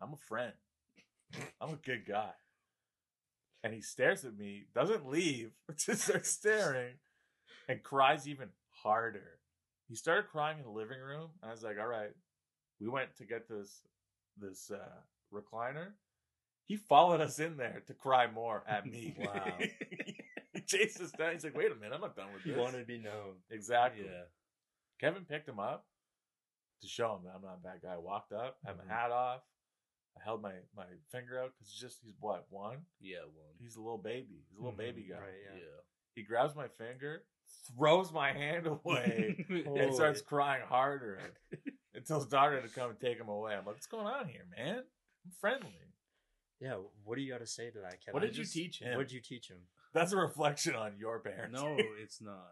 I'm a friend. I'm a good guy. And he stares at me, doesn't leave, just starts staring and cries even harder. He started crying in the living room. And I was like, all right, we went to get this, this uh, recliner. He followed us in there to cry more at me. Wow. he chased us down. He's like, wait a minute, I'm not done with He this. wanted to be known. Exactly. Yeah. Kevin picked him up to show him that I'm not a bad guy. I walked up, had Mhm. my hat off. I held my, my finger out because just he's what one. Yeah, one. He's a little baby. He's a little Mhm, baby guy. Right. Yeah. Yeah. He grabs my finger, throws my hand away, and Holy. starts crying harder until his daughter had to come and take him away. I'm like, what's going on here, man? I'm friendly. Yeah. What do you got to say to that, Kevin? What did you Just- teach him? What did you teach him? That's a reflection on your parents. no, it's not.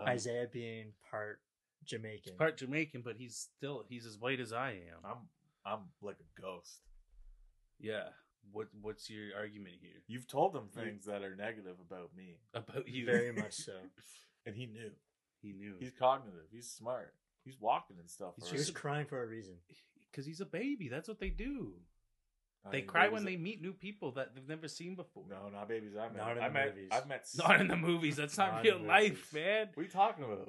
Um, Isaiah being part Jamaican. he's part Jamaican, but he's still he's as white as I am. I'm I'm like a ghost. yeah. What what's your argument here You've told him things that are negative about me, about you? Very much so. and he knew. He knew He's cognitive. He's smart. He's walking and stuff. Mm. He's She already. was crying for a reason. because he's a baby. That's what they do. Not They even cry babies when I- they meet new people that they've never seen before. No, not babies. I met. Not in I the met, movies. I've met. Not in the movies. That's not, Not in real the life, movies. man. What are you talking about?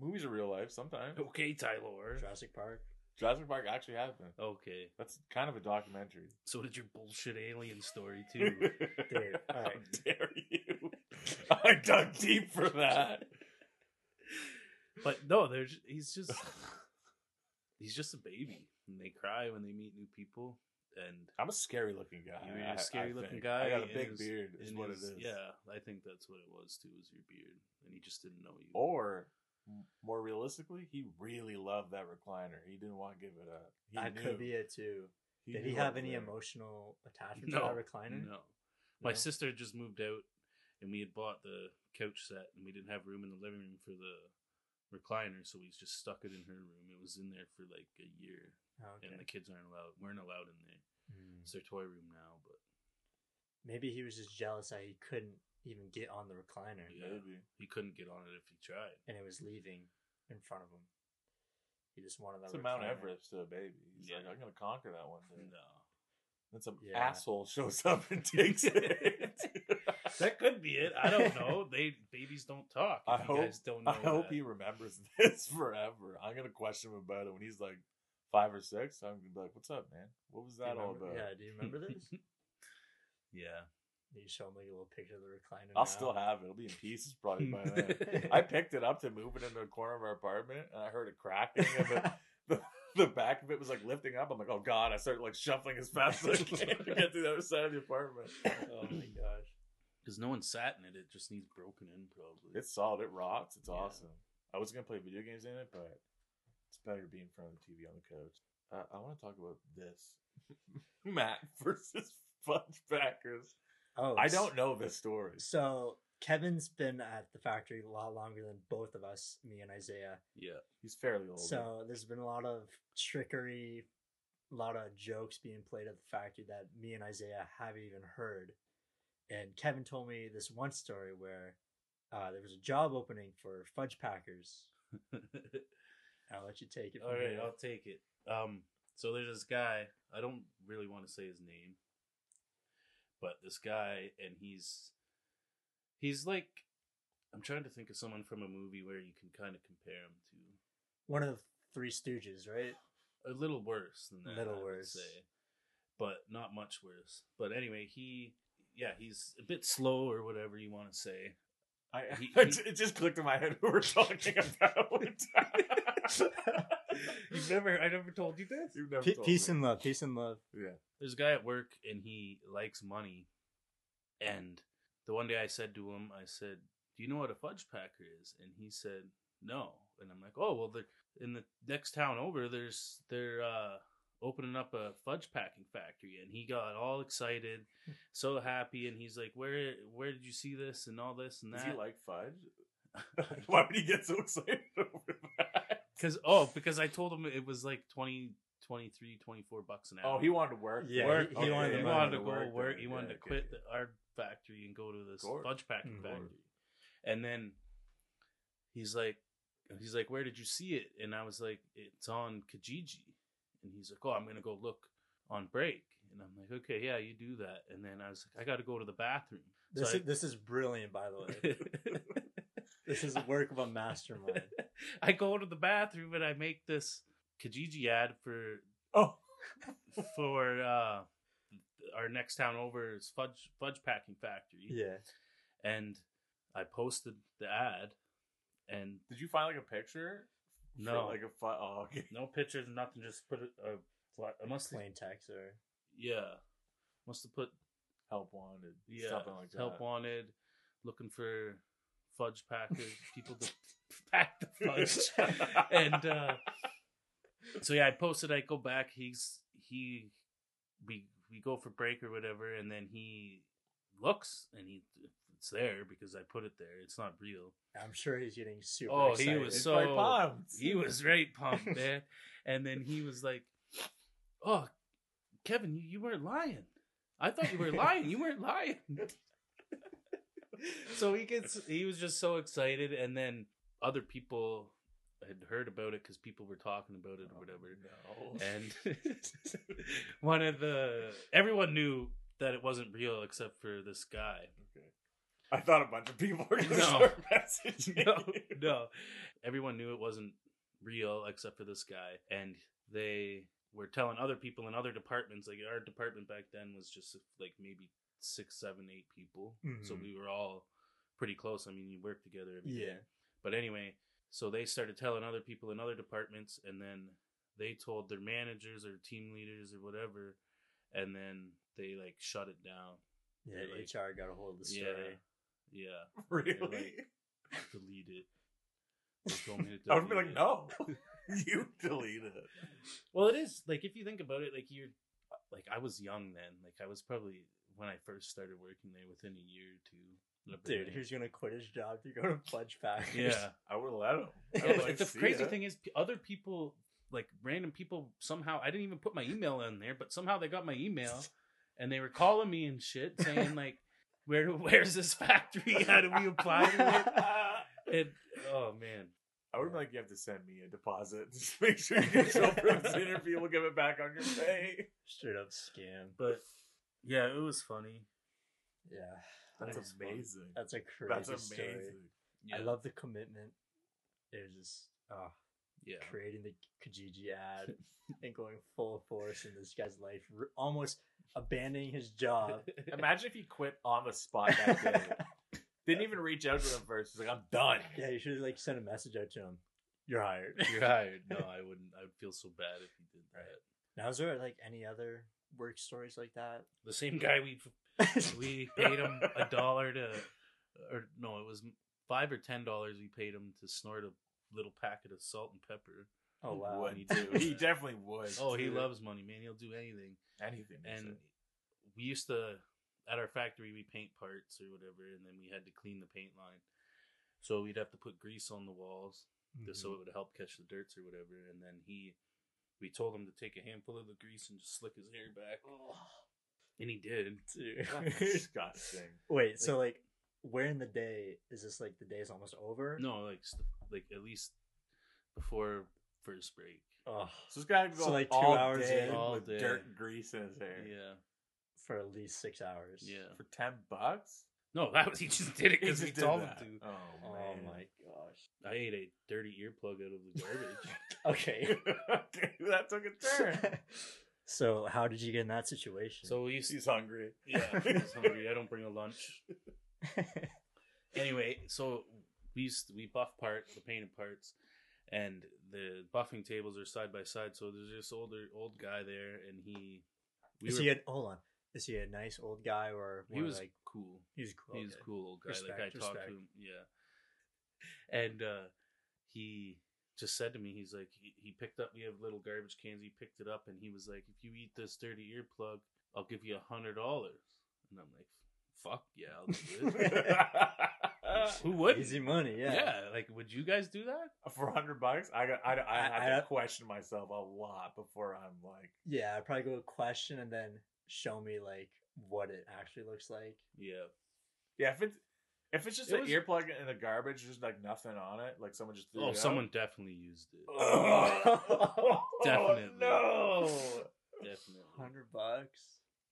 Movies are real life sometimes. Okay, Tyler. Jurassic Park. Jurassic Park actually happened. Okay. That's kind of a documentary. So did your bullshit alien story too. Dude, all How right. dare you? I dug deep for that. but no, there's he's just he's just a baby, and they cry when they meet new people. And I'm a scary looking guy. you're I- I a scary looking think. guy. I got a and big his- beard. Is and what his- it is. Yeah, I think that's what it was too. Was your beard, and he just didn't know you. Or m- more realistically, he really loved that recliner. He didn't want to give it up. He That knew. could be it too. Did he knew have what was any there. emotional attachment no, to that recliner? no. No? My sister just moved out, and we had bought the couch set, and we didn't have room in the living room for the recliner, so we just stuck it in her room. It was in there for like a year, Oh, Okay. and the kids aren't allowed. Weren't allowed in there. Hmm. It's their toy room now, but Maybe he was just jealous that he couldn't even get on the recliner, Yeah. Maybe. he couldn't get on it if he tried. and it was leaving in front of him. He just wanted that. It's a Mount recliner. Everest to a baby. He's like, Yeah. I'm gonna conquer that one day. No, Then some Yeah. asshole shows up and takes it. that could be it. I don't know. They babies don't talk. I If hope. you guys don't know. I hope that. he remembers this forever. I'm gonna question him about it when he's like five or six. I'm gonna be like, "What's up, man? What was Do you that all remember- about?" Yeah. Do you remember this? Yeah. you show him like a little picture of the recliner. now. I'll still have it. It'll be in pieces probably by then. I picked it up to move it into a corner of our apartment, and I heard it cracking, and the, the the back of it was like lifting up. I'm like, "Oh God!" I started like shuffling as fast as I can to get to the other side of the apartment. oh my gosh. because no one sat in it. It just needs broken in, probably. It's solid. It rocks. It's Yeah. awesome. I was gonna play video games in it, but it's better to be in front of the TV on the couch. Uh, I want to talk about this Matt versus Fudgebackers. Oh, I don't know this story. So Kevin's been at the factory a lot longer than both of us, me and Isaiah. yeah. He's fairly old. So there's been a lot of trickery, a lot of jokes being played at the factory that me and Isaiah haven't even heard. And Kevin told me this one story where uh, there was a job opening for fudge packers. I'll let you take it. From All right, here. I'll take it. Um, so there's this guy. I don't really want to say his name, but this guy, and he's he's like I'm trying to think of someone from a movie where you can kind of compare him to One of the Three Stooges, right? a little worse than that. Little I would worse. say, but not much worse. But anyway, he yeah, he's a bit slow or whatever you want to say. I, He- it just clicked in my head who we're talking about. You've never I never told you this. You've never Pe- told peace me. and love. Peace and love. there's a guy at work and he likes money and the one day i said to him i said do you know what a fudge packer is and he said no and i'm like oh well they're in the next town over there's they're uh opening up a fudge packing factory and he got all excited Hmm. so happy and he's like where where did you see this and all this and Does that he like fudge? Why would he get so excited over that? because oh because i told him it was like 20 23 24 bucks an hour Oh, he wanted to work. Yeah, work. he- He, he wanted to wanted, he work. wanted to go work. there. He wanted Yeah, to quit okay. the art factory and go to this Course. fudge packing Mm. factory. And then he's like, he's like, where did you see it? And I was like, it's on Kijiji. And he's like, oh, I'm gonna go look on break. And I'm like, okay, yeah, you do that. And then I was like, I got to go to the bathroom. This So I- is this is brilliant, by the way. this is the work of a mastermind. I go to the bathroom and I make this Kijiji ad for Oh. for uh, our next town over is fudge fudge packing factory. Yeah. and I posted the ad, and Did you find like a picture? For, No. like a fu- oh, okay. no pictures, nothing. Just put it. Uh, fly- I must Plain text or yeah, must have put Help wanted. yeah something like that. help wanted, looking for fudge packers, people to pack the fudge, and uh, so yeah, I posted. I go back. He's he, we we go for break or whatever, and then he looks and he it's there because I put it there. It's not real. I'm sure he's getting super. Oh, he excited. was He's so- probably pumped. He was right pumped, man. And then he was like, "Oh, Kevin, you, you weren't lying. I thought you were lying. You weren't lying." so he gets he was just so excited, and then other people had heard about it because people were talking about it or whatever. No. And one of the everyone knew that it wasn't real except for this guy. Okay. I thought a bunch of people were going to No. start messaging. no, no. Everyone knew it wasn't real except for this guy, and they were telling other people in other departments. Like our department back then was just uh, like maybe six, seven, eight people, so Mhm. we were all pretty close. I mean, you worked together every day. Yeah. But anyway, so they started telling other people in other departments, and then they told their managers or team leaders or whatever, and then they like shut it down. Yeah, They're like- HR got a hold of the story. Yeah, yeah. Really? delete it. They told me to I would be delete like, it. no. you delete it. Well, it is like if you think about it, like you're, like I was young then. Like I was probably when I first started working there within a year or two. of Dude, being- who's gonna quit his job to go to Fudge Packers? yeah. I would have let him. I And would've, like, the see crazy it. thing is, p- other people, like random people, somehow I didn't even put my email in there, but somehow they got my email, and they were calling me and shit, saying like, "Where, where's this factory? How do we apply to it?" And oh man, I would be like, you have to send me a deposit. Just make sure you get yourself for this interview. We'll give it back on your pay. Straight up scam. but yeah, it was funny. Yeah. That's That's fun. amazing. That's a crazy That's amazing. story. Yeah, I love the commitment. It was just oh, yeah. creating the Kijiji ad and going full force in this guy's life, r- almost abandoning his job. Imagine if he quit on the spot that day. Didn't even reach out to him first. He's like, I'm done. yeah, you should like send a message out to him. You're hired. You're hired. No, I wouldn't. I would feel so bad if he did that. Now, is there like any other work stories like that? The same guy we we paid him a dollar to, or no, it was five or ten dollars. We paid him to snort a little packet of salt and pepper. oh wow. Would. He do. he definitely would. Oh, he too. loves money, man. He'll do anything. anything. he And said. we used to at our factory we paint parts or whatever, and then we had to clean the paint line. So we'd have to put grease on the walls Mm-hmm. just so it would help catch the dirts or whatever. And then he, we told him to take a handful of the grease and just slick his hair back, and he did. That's disgusting. Wait, so like where in the day is this like the day's almost over? No, like st- like at least before first break. Ugh, So this guy So, so like, two all hours day in. All with day. dirt and grease in his hair Yeah, for at least six hours. yeah. for ten bucks. No, that was he just did it He because we just did told him that. to. Oh, Oh man. my gosh. I ate a dirty earplug out of the garbage. Okay. okay, that took a turn. so how did you get in that situation? so we used to He's hungry. Yeah, I was hungry. I don't bring a lunch. Anyway, so we used we buff part the painted parts, and the buffing tables are side by side. So there's this older old guy there, and he we is were, he a hold on? Is he a nice old guy or he more was like cool. he's cool? He's okay. a cool old guy. Respect, like I talked respect. to him, yeah. And uh, he just said to me, he's like, he, he picked up. We have little garbage cans. He picked it up, and he was like, if you eat this dirty earplug, I'll give you a hundred dollars. And I'm like, fuck yeah, I'll do it. Who would? Easy money, yeah. yeah. like would you guys do that? for hundred bucks, I got. I, I have I- to I- question myself a lot before I'm like, Yeah, I'd probably go with question and then show me like what it actually looks like. Yeah, yeah. If it's if it's just It an was- earplug in the garbage, there's like nothing on it. Like someone just threw Oh, it out. someone definitely used it. Oh, Definitely. no. Uh, Definitely. Hundred bucks.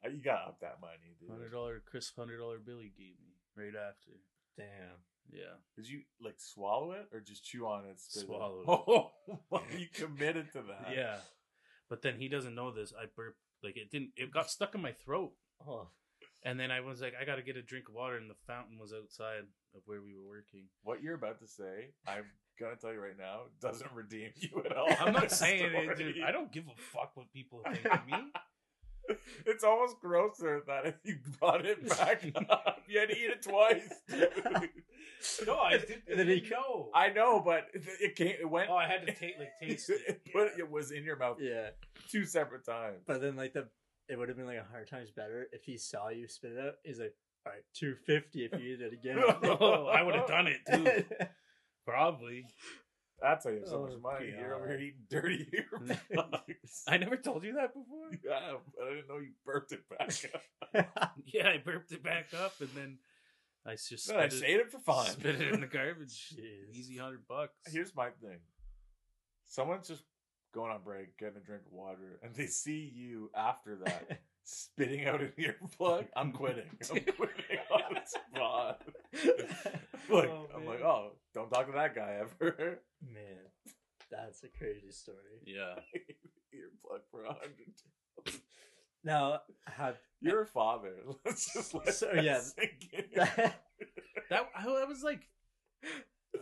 You got up that money, dude. Hundred dollar crisp hundred dollar Billy gave me right after. Damn. Yeah. Did you like swallow it or just chew on it? and spit it out? Swallow Oh, you committed to that. yeah. But then he doesn't know this. I burped like it didn't it got stuck in my throat. Oh, And then I was like, I gotta get a drink of water and the fountain was outside of where we were working. What you're about to say, I'm gonna tell you right now, doesn't redeem you at all. I'm not This saying it, story. dude. I don't give a fuck what people think of me. It's almost grosser that if you brought it back up, you had to eat it twice. dude. No, I didn't, I And then he didn't know. I know, but it- it came. It went. oh, I had to take like taste it. It, put, it was in your mouth yeah. two separate times. But then like the it would have been like a hundred times better if he saw you spit it out. He's like, all right, two fifty if you eat it again. oh, I would have done it too. Probably. That's how you have so much Oh, money. You're over here God. eating dirty earplugs. I never told you that before. Yeah, but I didn't know you burped it back. up. Yeah, I burped it back up and then I s- just Then I spit it- saved it for fun. Spit it in the garbage. Jeez. Easy hundred bucks. Here's my thing. Someone's just going on break, getting a drink of water, and they see you after that spitting out an earplug. I'm quitting. I'm quitting on the spot. Look, Oh, I'm man. like, oh, don't talk to that guy ever. Man, that's a crazy story. Yeah. earplug for a hundred. Now have You're a father. Let's just let So, that yeah. sink in. That I, I was like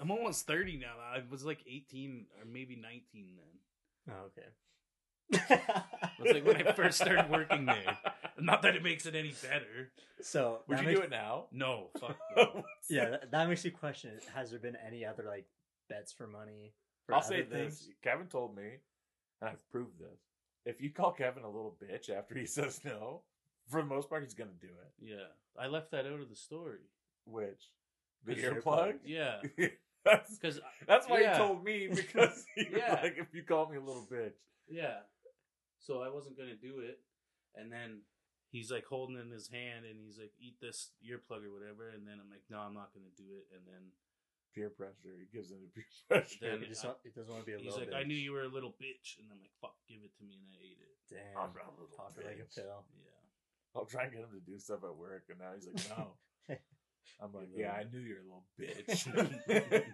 I'm almost thirty now. I was like eighteen or maybe nineteen then. Oh, okay. It was like when I first started working there. Not that it makes it any better. so Would that you makes, do it now? No, fuck no. Yeah, that, that makes you question: it. Has there been any other like bets for money? for I'll other say than- things Kevin told me, and I've proved this. If you call Kevin a little bitch after he says no, for the most part, he's gonna do it. Yeah. I left that out of the story. Which the His earplug. earplug? Yeah. that's Because that's why Yeah. he told me because he was Yeah. like, if you call me a little bitch, Yeah. So I wasn't gonna do it, and then he's like holding it in his hand, and he's like, "Eat this earplug or whatever." And then I'm like, "No, I'm not gonna do it." And then peer pressure. He gives into peer pressure. He Then- just want- he doesn't want to be a he's little like, "I knew bitch. you were a little bitch," and I'm like, "Fuck, give it to me," and I ate it. Damn, I'm not a little pop it like bitch. a pill. Yeah. I'll try and get him to do stuff at work, and now he's like, no. I'm like, yeah, I knew you're a little bitch.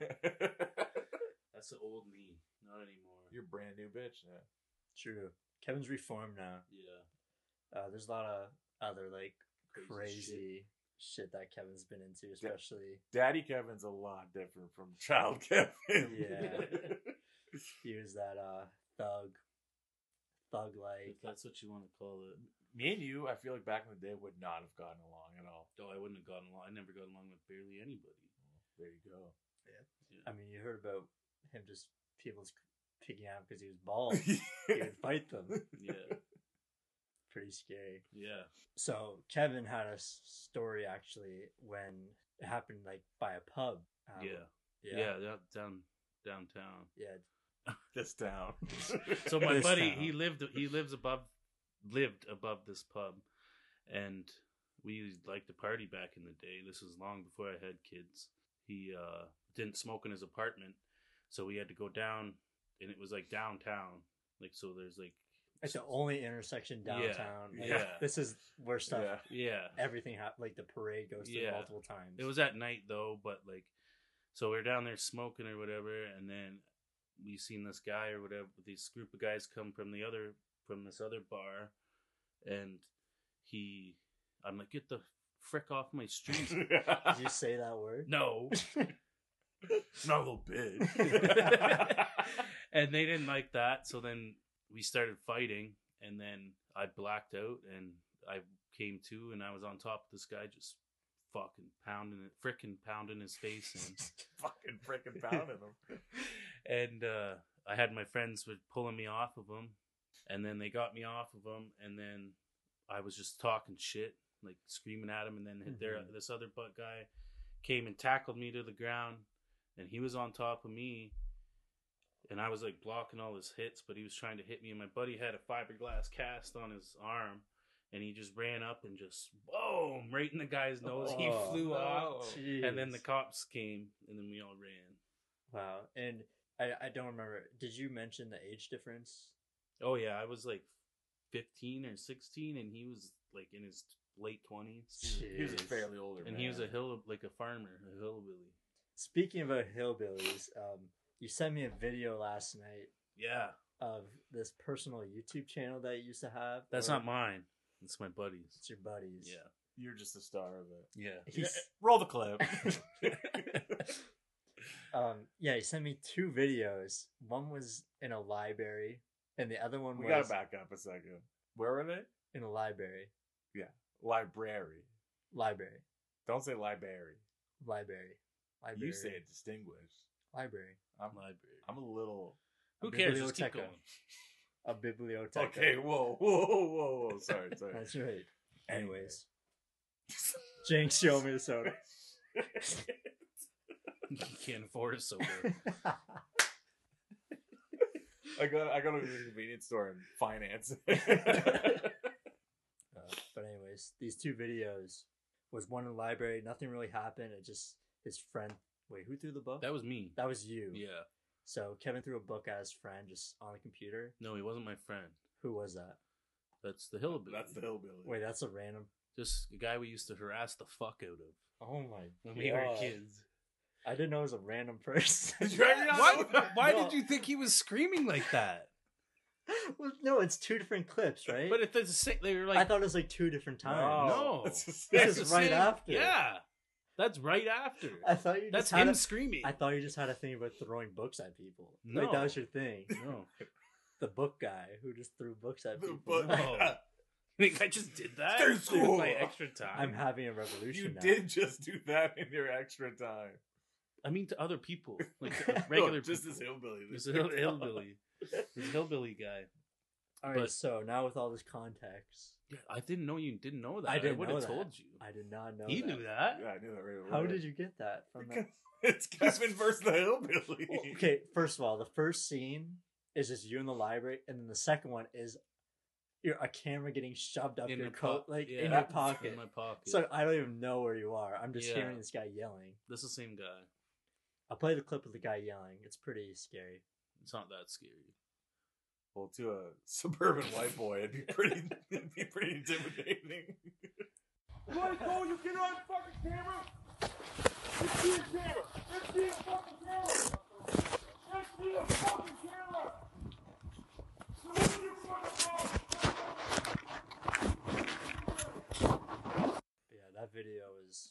That's the old me, not anymore. you're a brand new bitch now. True. Kevin's reformed now. yeah. Uh, there's a lot of other like Crazy crazy shit. that Kevin's been into, especially Daddy Kevin's a lot different from Child Kevin. Yeah. he was that uh thug thug like. If that's what you want to call it. Me and you, I feel like back in the day would not have gotten along at all. Oh, I wouldn't have gotten along. I never got along with barely anybody. There you go. I mean, you heard about him just people just picking out because he was bald. he would fight them. Yeah, Pretty scary. yeah. So Kevin had a s- story actually when it happened like by a pub. out- Yeah. Yeah, that- down downtown. yeah. This town. So my This buddy, town. he lived he lives above lived above this pub and we liked to party back in the day. This was long before I had kids. He uh didn't smoke in his apartment, so we had to go down and it was like downtown. Like so there's like It's the only intersection Yeah. downtown. Like, Yeah. This is where stuff, Yeah. yeah. everything happened. Like the parade goes through Yeah. multiple times. It was at night though, but like, so we are down there smoking or whatever, and then we seen this guy or whatever. This group of guys come from the other from this other bar, and he, I'm like, get the frick off my street. Did you say that word? no, Not a little bit. and they didn't like that. So then we started fighting, and then I blacked out, and I came to, and I was on top of this guy just fucking pounding it, fricking pounding his face, and. Fucking freaking pounding them. and uh, I had my friends were pulling me off of them, and then they got me off of them, and then I was just talking shit, like screaming at him, and then hit there Mhm. this other butt guy came and tackled me to the ground, and he was on top of me, and I was like blocking all his hits, but he was trying to hit me, and my buddy had a fiberglass cast on his arm. And he just ran up and just boom right in the guy's nose. he Oh, flew off, and then Jeez. the cops came, and then we all ran. Wow. And I, I don't remember. Did you mention the age difference? Oh yeah, I was like fifteen or sixteen, and he was like in his late twenties, He was a Jeez. fairly older and man. he was a hill like a farmer, a hillbilly. Speaking about hillbillies, um, you sent me a video last night Yeah, of this personal YouTube channel that you used to have. that's or- not mine. It's my buddy's. It's your buddies. Yeah, You're just the star of it. yeah. He's- Roll the clip. Um, yeah, he sent me two videos. One was in a library, and the other one we gotta was back up a second. Where were they? in a library. Library. Library. Don't say library. Library. Library. You say it distinguished. Library. I'm Library. I'm a little Who cares? Just keep biblioteca. going. A biblioteca. Okay, whoa, whoa, whoa, whoa. Sorry, sorry. That's right. Anyways, Jake showed me the soda. you can't afford a soda. I go I go to the convenience store and finance. Uh, but anyways, these two videos was one in the library. Nothing really happened. It just his friend. Wait, who threw the book? That was me. That was you. Yeah. So Kevin threw a book at his friend just on the computer. No, he wasn't my friend. Who was that? That's the hillbilly. That's the hillbilly. Wait, that's a random. just a guy we used to harass the fuck out of Oh my when we were God. kids. I didn't know it was a random person. Why- why did you think he was screaming like that? Well, no, it's two different clips, right? But if they're the same, they were like I thought it was like two different times. No. That's- This That's is the right same- after. Yeah, that's right after. I thought you That's just him had a- screaming. I thought you just had a thing about throwing books at people. No. Like that was your thing. no, The book guy who just threw books at The people. book- no. Think I just did that. Stay in Dude, school. my extra time. I'm having a You revolution. now. did just do that in your extra time. I mean, to other people, like to No, regular. no, just people. this hillbilly. This hill- hillbilly. This hillbilly guy. All right. but- so now with all this context, Yeah, I didn't know you didn't know that. I didn't would know have that. told you. I did not know. he that. knew that. Yeah, I knew that right away. How did you get that from Because that? it's Kevin versus the hillbilly. Well, okay, first of all, the first scene is just you in the library, and then the second one is your a camera getting shoved up In your the coat, po- like yeah. in your pocket. In my pocket. So I don't even know where you are. I'm just Yeah. hearing this guy yelling. That's the same guy. I'll play the clip of the guy yelling. It's pretty scary. It's not that scary. Well, to a suburban white boy, it'd be pretty, it'd be pretty intimidating. Let go, you get on fucking camera! Let's see a camera! Let's see a fucking camera! Let's see a fucking camera! Salute your fucking mom! But yeah, that video is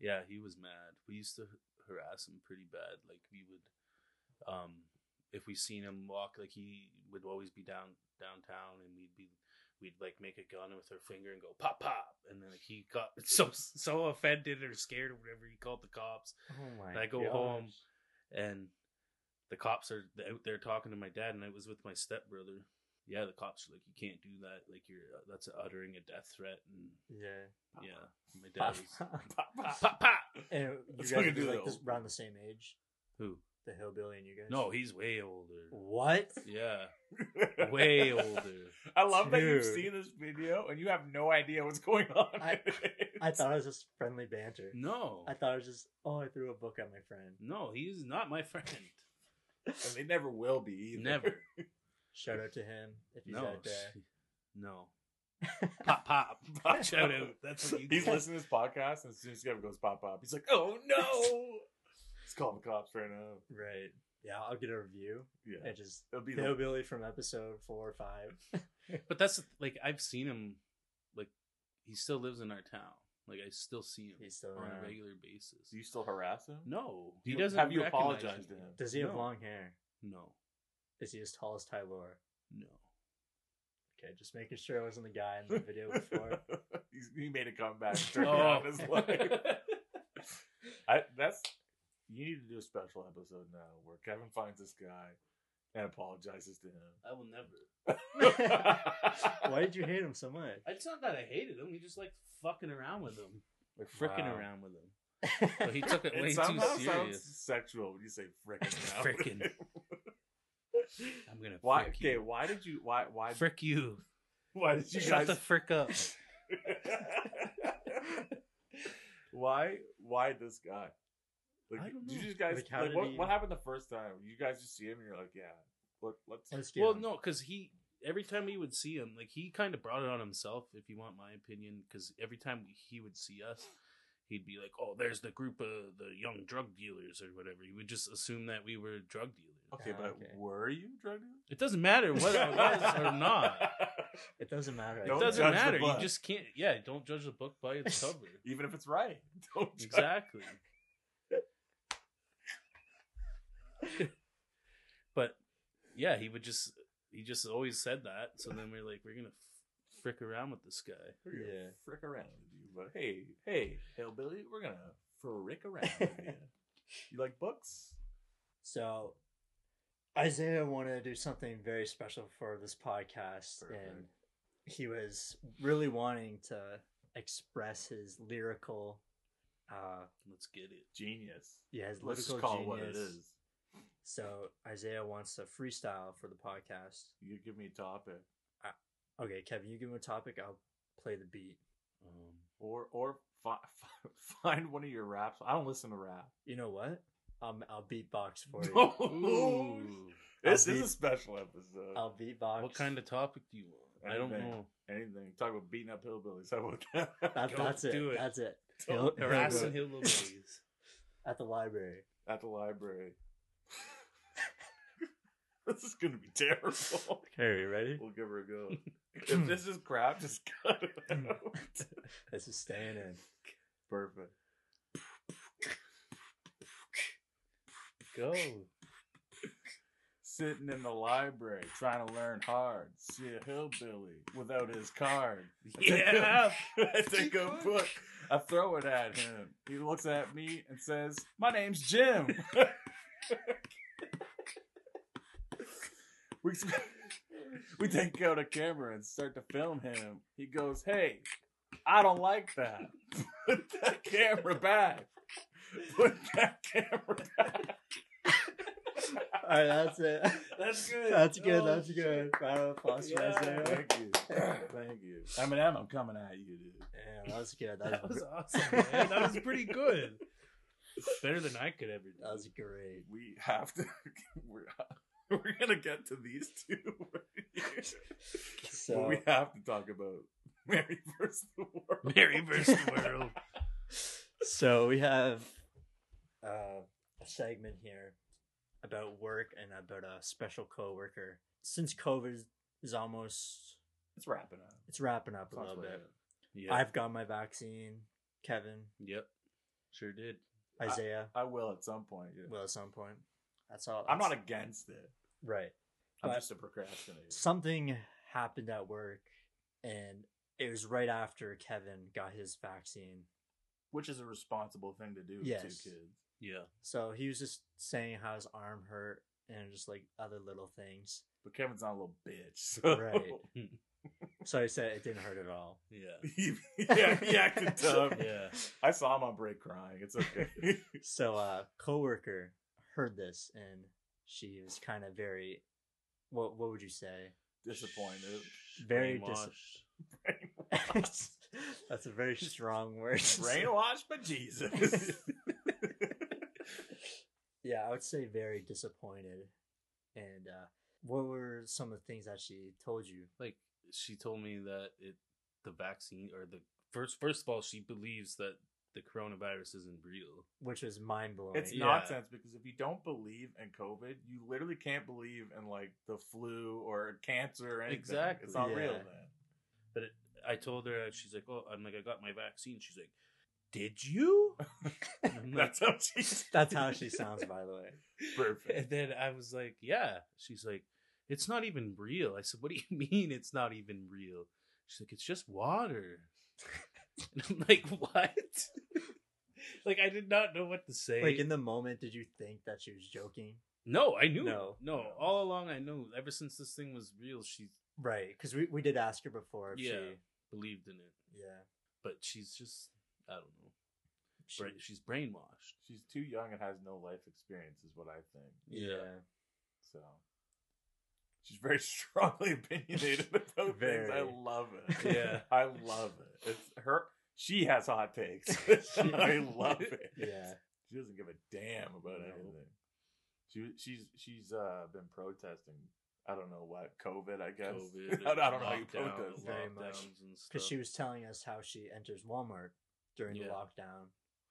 Yeah, he was mad. We used to h- harass him pretty bad. Like we would, um, if we seen him walk, like he would always be down downtown, and we'd be we'd like make a gun with our finger and go pop pop, and then like, he got so so offended or scared or whatever he called the cops, Oh my And I go home. and the cops are out there talking to my dad, and I was with my stepbrother. Yeah, the cops are like, you can't do that. Like you're that's uttering a death threat, and Yeah. yeah, my dad was Pop, pop. pop pop. and you guys Let's fucking would be do like that. this around the same age, Who? the hillbilly and you guys. No, he's way older. What? Yeah, way older. I love that you've Dude. seen this video and you have no idea what's going on. I- I thought it was just friendly banter. No, I thought it was just oh I threw a book at my friend. no, he's not my friend. and they never will be. Either. Never. Shout out to him if he's No, out there. no. Pop pop. Shout out. That's what you. He's get. listening to this podcast, and as soon as Kevin goes pop pop, he's like, "Oh no!" He's calling the cops right now. Right. Yeah, I'll get a review. Yeah, It just it'll be the hillbilly from episode four or five. But that's the- like I've seen him. Like he still lives in our town. Like I still see him He's still on around. a regular basis. Do you still harass him? No, Do he you- doesn't. have you recognize apologized me. to him? Does he have No. long hair? No, Is he as tall as Ty Lore? no. Okay, just making sure I wasn't the guy in the video before. He's, he made a comeback, turned Oh. around his life. I, that's you need to do a special episode now where Kevin finds this guy and apologizes to him. I will never. Why did you hate him so much? It's not that I hated him. He just like fucking around with him, like fricking Wow. around with him. But he took it It way too somehow sounds serious. sexual when you say frickin' now. Frickin'. I'm gonna Why? frick Okay, you. why did you? Why? Why? frick you. why did you Shut guys? the frick up. why? Why this guy? Like, I don't did know. you just guys Like, like, how did what, he- what happened the first time? You guys just see him and you're like, yeah, look, let's. Let's get Well, him. no, because he every time we would see him, like he kind of brought it on himself. If you want my opinion, because every time he would see us, he'd be like, "Oh, there's the group of the young drug dealers or whatever." He would just assume that we were drug dealers. Okay, Ah, but okay. were you drug dealer? It doesn't matter whether it was uh, or not. It doesn't matter. I It Don't guess. doesn't judge the matter. You book. just can't. Yeah, don't judge the book by its cover. Even if it's right, don't judge. exactly. but yeah, he would just he just always said that. So then we're like, we're gonna frick around with this guy. We're gonna Yeah. frick around with you, but hey, hey, hillbilly, we're gonna frick around with you. You like books? So Isaiah wanted to do something very special for this podcast and Perfect. he was really wanting to express his lyrical uh Let's get it. Genius. yeah, his Let's lyrical just call genius. it what it is. So Isaiah wants to freestyle for the podcast. You give me a topic, Okay, Kevin, you give him a topic, I'll play the beat. Um, or or fi- fi- find one of your raps. I don't listen to rap. You know what? Um I'll beatbox for you. Ooh. ooh. this I'll is beat- a special episode. I'll beatbox. what kind of topic do you want? I don't Anything. know. Anything. Talk about beating up hillbillies. How about that? that, Go that's it. do it. That's it. He'll- Don't he'll Harassing do it. hillbillies. at the library. At the library. this is gonna be terrible. Okay, you ready? We'll give her a go. if this is crap, just cut it out. This is staying in. Perfect. Go. Sitting in the library trying to learn hard. See a hillbilly without his card. Yeah. I take a book. I throw it at him. He looks at me and says, My name's Jim. we, we take out a camera and start to film him. He goes, Hey, I don't like that. Put that camera back. Put that camera back. All right, that's it. That's good. That's good. Oh, that's shit. good. Round of applause for Isaiah. Yeah, Thank you. Thank you. Eminem, I'm coming at you, dude. that was good. That was, That was awesome, man. That was pretty good. Better than I could ever do. that was great. We have to. We're, we're gonna get to these two. Right here. So But we have to talk about Mary versus the World. Mary versus the world. so we have uh, a segment here about work and about a special coworker. Since COVID is- is almost It's wrapping up. it's wrapping up a Talk little about bit. it. Yeah. I've got my vaccine. Kevin, Yep. Sure did. Isaiah I will at some point. Yeah. will at some point. That's all. I'm not that's- against it. Right. I'm But- just a procrastinator. Something happened at work, and it was right after Kevin got his vaccine. Which is a responsible thing to do with two Yes. kids. Yeah. So he was just saying how his arm hurt and just like other little things. But Kevin's not a little bitch. So. Right. So he said it didn't hurt at all. Yeah. yeah, he acted tough. Yeah. I saw him on break crying. It's okay. So uh coworker heard this and she was kind of very what what would you say? Disappointed. Very dis- Brainwashed. That's a very strong word. Brainwashed by Jesus. yeah, I would say very disappointed. And uh what were some of the things that she told you? like she told me that it the vaccine or the first first of all she believes that the coronavirus isn't real Which was mind blowing. it's Yeah. nonsense because if you don't believe in COVID, you literally can't believe in like the flu or cancer or anything. Exactly. It's not real Yeah. then. but it, i told her and she's like oh i'm like i got my vaccine she's like did you And I'm like, That's how she That's how she sounds, by the way. Perfect. and then i was like yeah she's like it's not even real i said what do you mean it's not even real she's like it's just water and i'm like what like i did not know what to say Like in the moment, did you think that she was joking? no i knew No. no no all along i knew ever since this thing was real she Right, because we, we did ask her before if Yeah. she believed in it yeah but she's just I don't know. she, Bra- she's brainwashed. She's too young and has no life experience, is what I think. yeah. So she's very strongly opinionated about things. I Very. love it. Yeah. I love it. It's her. She has hot takes. She- I love it. Yeah. She doesn't give a damn about No. anything. She she's she's uh been protesting. I don't know what COVID. I guess COVID, I don't know how you lockdown, protest. the Very lockdowns much. and stuff. Because she was telling us how she enters Walmart during Yeah. Mm-hmm. the lockdown.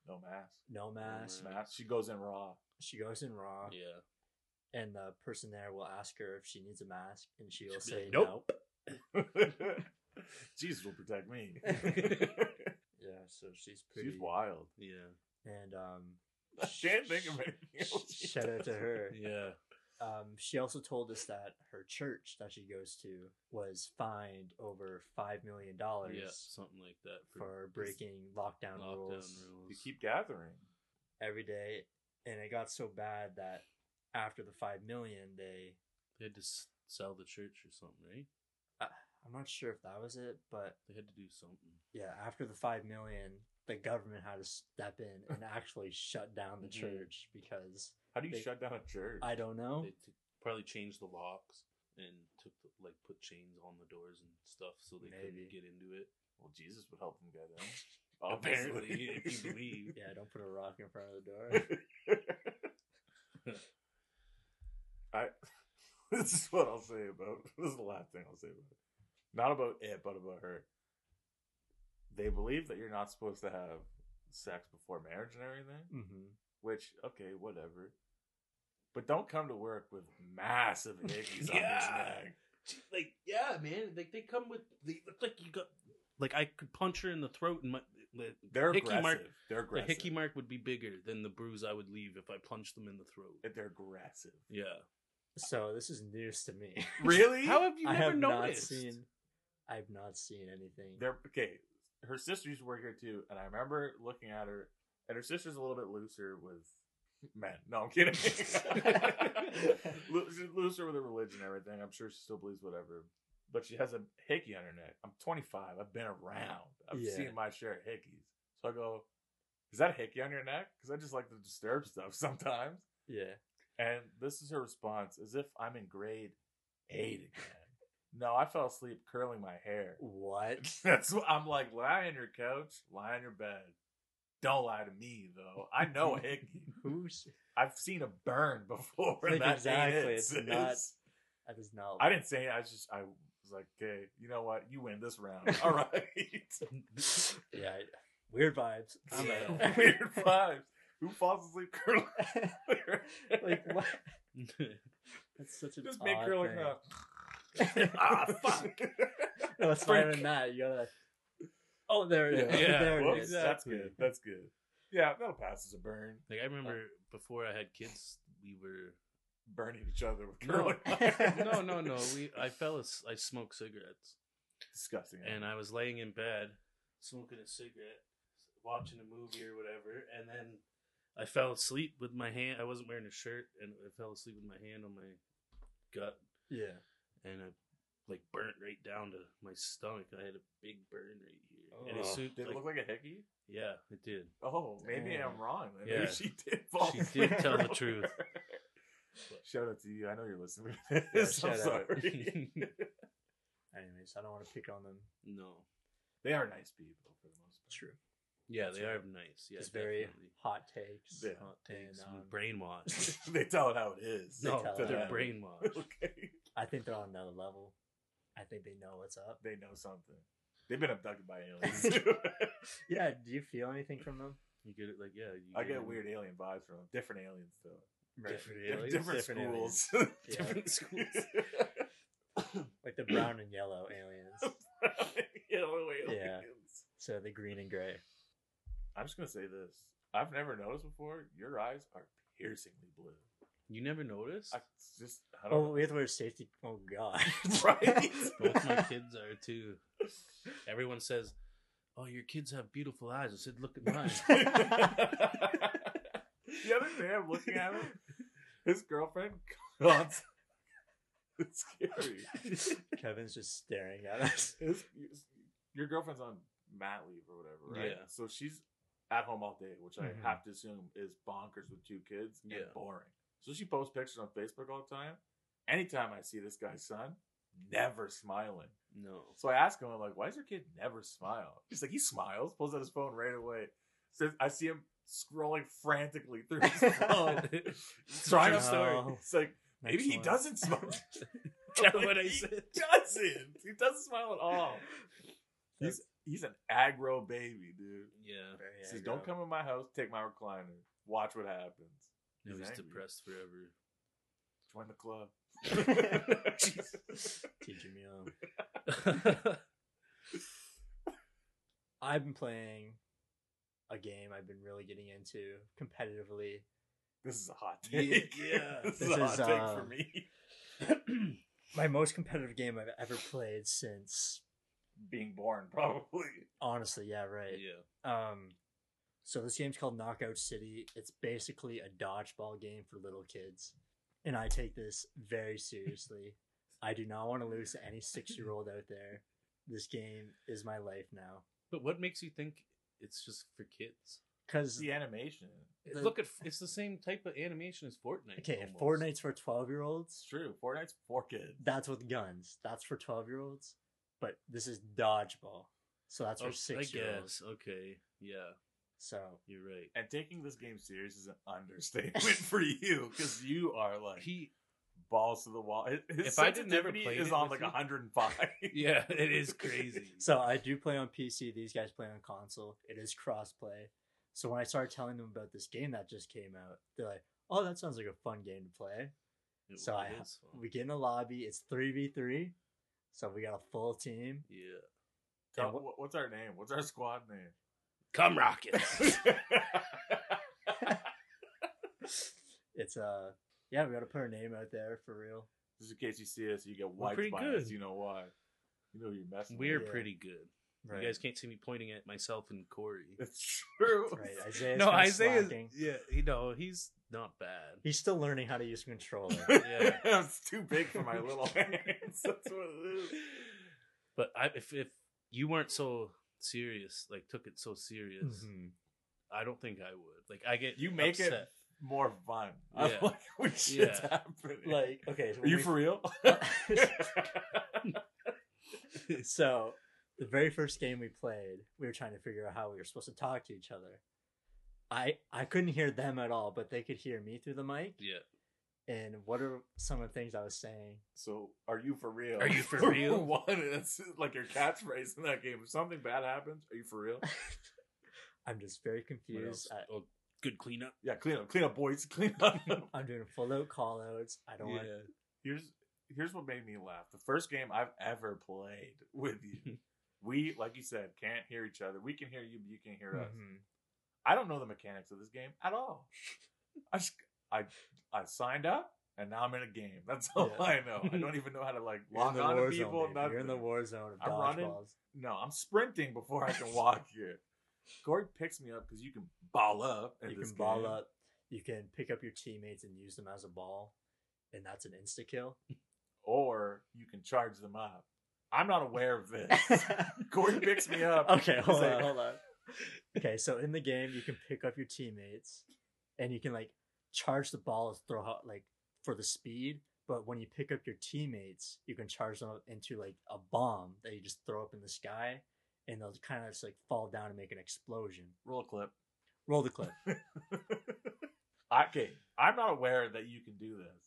No mask. No mask. Mask. She goes in raw. She goes in raw, yeah, and the person there will ask her if she needs a mask, and she will She'll be say like, nope. "Nope." Jesus will protect me. Yeah, so she's pretty. she's wild. yeah, And um, I can't think of anything else. she shout out to does. her. yeah. Um, she also told us that her church that she goes to was fined over five million dollars Yeah, something like that for breaking lockdown, lockdown rules. rules. You keep gathering. every day and it got so bad that after the 5 million they They had to s- sell the church or something, right? i'm not sure if that was it but They had to do something. yeah after the 5 million the government had to step in and actually shut down the Mhm. church because How do you They- shut down a church? i don't know They t- probably changed the locks and took the, like put chains on the doors and stuff so they Maybe. couldn't get into it. well, Jesus would help them get in. Apparently, if you believe. yeah don't put a rock in front of the door I. This is what I'll say about. This is the last thing I'll say about. It. Not about it, but about her. They believe that you're not supposed to have sex before marriage and everything. Mm-hmm. Mhm. Which, okay, whatever. But don't come to work with massive hickeys on your Yeah. neck. like yeah, man. Like they come with they look like you got like I could punch her in the throat and my the They're Hickey aggressive. mark- They're aggressive. the hickey mark would be bigger than the bruise I would leave if I punched them in the throat. They're aggressive. Yeah. so this is news to me Really? How have you i never have noticed? not seen i've not seen anything They're okay. Her sister used to work here too, and I remember looking at her, and her sister's a little bit looser with men. No, I'm kidding. Lo- she's looser with her religion and everything. I'm sure she still believes whatever, but she has a hickey on her neck. I'm 25. I've been around. I've Yeah. seen my share of hickeys. So I go, "Is that a hickey on your neck?" Because I just like to disturb stuff sometimes. yeah And this is her response, as if I'm in grade eight again. no, I fell asleep curling my hair. what That's what I'm like. Lie on your couch, lie on your bed. Don't lie to me though. I know a hickey. who's I've seen a burn before. Like, that exactly, ain't it. it's not- that is not I didn't say. It. I was just. I was like, okay, you know what? You win this round. All right. yeah I- weird vibes I'm out. Weird vibes. Who falls asleep curling? their hair? like what? That's such a Just make odd curling. thing. the- ah, fuck. No, it's not even that. You gotta. Oh, there it is. Yeah. there Whoops, it is. That's good. That's good. Yeah, that'll pass as a burn. Like I remember before I had kids, we were burning each other with No. curling iron. no, no, no. We I fell. as- I smoked cigarettes, disgusting. and I was laying in bed smoking a cigarette, watching a movie or whatever, and then I fell asleep with my hand. I wasn't wearing a shirt, and I fell asleep with my hand on my gut, Yeah. and I like burnt right down to my stomach. I had a big burn right here. and as Ugh. soon, Oh. did it like- look like a hickey? yeah, it did. Oh, maybe Damn. I'm wrong. Then. Yeah. Maybe she did fall. She did tell the over. truth. Shout out to you. I know you're listening. To this. I'm shout out. sorry. Anyways, I don't want to pick on them. No. they are nice people for the most part. True. Yeah, they are nice. Yeah, Just very definitely. hot takes. Yeah. hot takes. and, and um, brainwashed. they tell it how it is. no, tell To it they're how it them. brainwashed. Okay. I think they're on another level. I think they know what's up. They know something. They've been abducted by aliens. Yeah. Do you feel anything from them? You get it, like yeah. You I get it. get weird alien vibes from them. Different aliens though. Different They're aliens? Different, Different aliens. schools. different schools. Like the brown and yellow aliens. Yellow Yeah. aliens. So the green and gray. I'm just gonna say this. I've never noticed before. Your eyes are piercingly blue. You never noticed. I it's just I don't Oh, know. we have to wear safety. Oh God. Right? Both my kids are too. Everyone says, "Oh, your kids have beautiful eyes." I said, "Look at mine." the other day, I'm looking at him. His girlfriend. It's scary. Kevin's just staring at us. His, your girlfriend's on mat leave or whatever, right? Yeah. So she's at home all day, which Mhm. I have to assume is bonkers with two kids and Yeah. boring. So she posts pictures on Facebook all the time. Anytime I see this guy's son, never smiling. no. So I ask him, I'm like, why does your kid never smile? He's like, he smiles, pulls out his phone right away. So I see him scrolling frantically through his phone, trying to No. It's like, maybe Next he one. doesn't smile. Tell what I He said. doesn't. He doesn't smile at all. He's he's an aggro baby, dude. Yeah. Very He says, aggro. don't come in my house, take my recliner, watch what happens. Now he's angry. depressed forever. Join the club. Teaching me um, I've been playing a game I've been really getting into competitively. This is a hot Yeah, take. yeah. this, This is a is, hot take for um, me. My most competitive game I've ever played since Being born, probably. honestly, yeah, right. yeah. Um so this game's called Knockout City. It's basically a dodgeball game for little kids. And I take this very seriously. I do not want to lose to any 6-year-old out there. This game is my life now. But what makes you think it's just for kids? It's Cuz the animation. The- Look at it's the same type of animation as Fortnite. okay, if almost. Fortnite's for 12-year-olds. It's true. Fortnite's for kids. That's with guns. That's for 12-year-olds, but this is dodgeball. So that's for Oh, I 6-year-olds. guess. Okay. Yeah, So you're right. And taking this game serious is an understatement for you because you are like He. balls to the wall. His If I did never sensitivity played is it on like with you- 105. Yeah, it is crazy. So I do play on PC. These guys play on console. It is crossplay. So when I started telling them about this game that just came out, they're like, "Oh, that sounds like a fun game to play." It so I- is fun. We get in a lobby. It's three v three, so we got a full team. yeah. Tell- And wh- what's our name? What's our squad name? Come Rockets. It's uh, yeah, we got to put our name out there for real. Just in case you see us, you get We're wiped pretty by good. us. You know why? You know who you're messing We're with. Yeah. pretty good. You guys can't see me pointing at myself and Corey. It's true. right. Isaiah's no, kinda Isaiah. is- slacking. Yeah, you know he's not bad. He's still learning how to use a controller. Yeah. it's too big for my little hands. That's what it is. But I, if if you weren't so serious, like took it so serious, Mhm. I don't think I would. Like I get You make it upset. More fun. I'm Yeah. like, what shit's Yeah. happening? Like okay, so Are you we- for real? so the very first game we played, we were trying to figure out how we were supposed to talk to each other. I I couldn't hear them at all, but they could hear me through the mic. Yeah. And what are some of the things I was saying? so, are you for real? Are you for real? One, that's like your catchphrase in that game. If something bad happens, are you for real? I'm just very What confused. else? oh, good cleanup. Yeah, clean up, clean up, boys, clean up. I, I'm doing full out call outs. I don't want. here's here's what made me laugh. The first game I've ever played with you. We, like you said, can't hear each other. We can hear you, but you can't hear us. Mhm. I don't know the mechanics of this game at all. I just, I I signed up and now I'm in a game. That's all Yeah. I know. I don't even know how to like You're in log the on to war people. zone. baby. You're in the nothing. war zone of I'm running. dodgeballs. No, I'm sprinting before I can walk here. Corey picks me up because you can ball up. in You this can ball game. up. You can pick up your teammates and use them as a ball, and that's an insta kill. or you can charge them up. I'm not aware of this. Corey picks me up. Okay, He's hold like, on, hold on. Okay, so in the game, you can pick up your teammates, and you can like charge the ball and throw out like for the speed. But when you pick up your teammates, you can charge them up into like a bomb that you just throw up in the sky, and they'll kind of just like fall down and make an explosion. Roll a clip. Roll the clip. okay, I'm not aware that you can do this.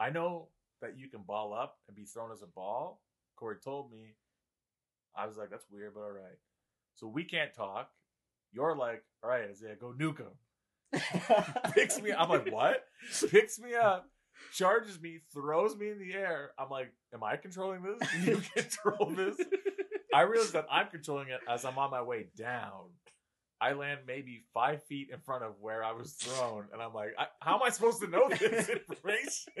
I know that you can ball up and be thrown as a ball. Corey told me. I was like, that's weird, but all right. So we can't talk. You're like, all right, Isaiah, go nuke him. Picks me. I'm like, what? Picks me up, charges me, throws me in the air. I'm like, am I controlling this? Do you control this? I realize that I'm controlling it as I'm on my way down. I land maybe five feet in front of where I was thrown, and I'm like, I, how am I supposed to know this information?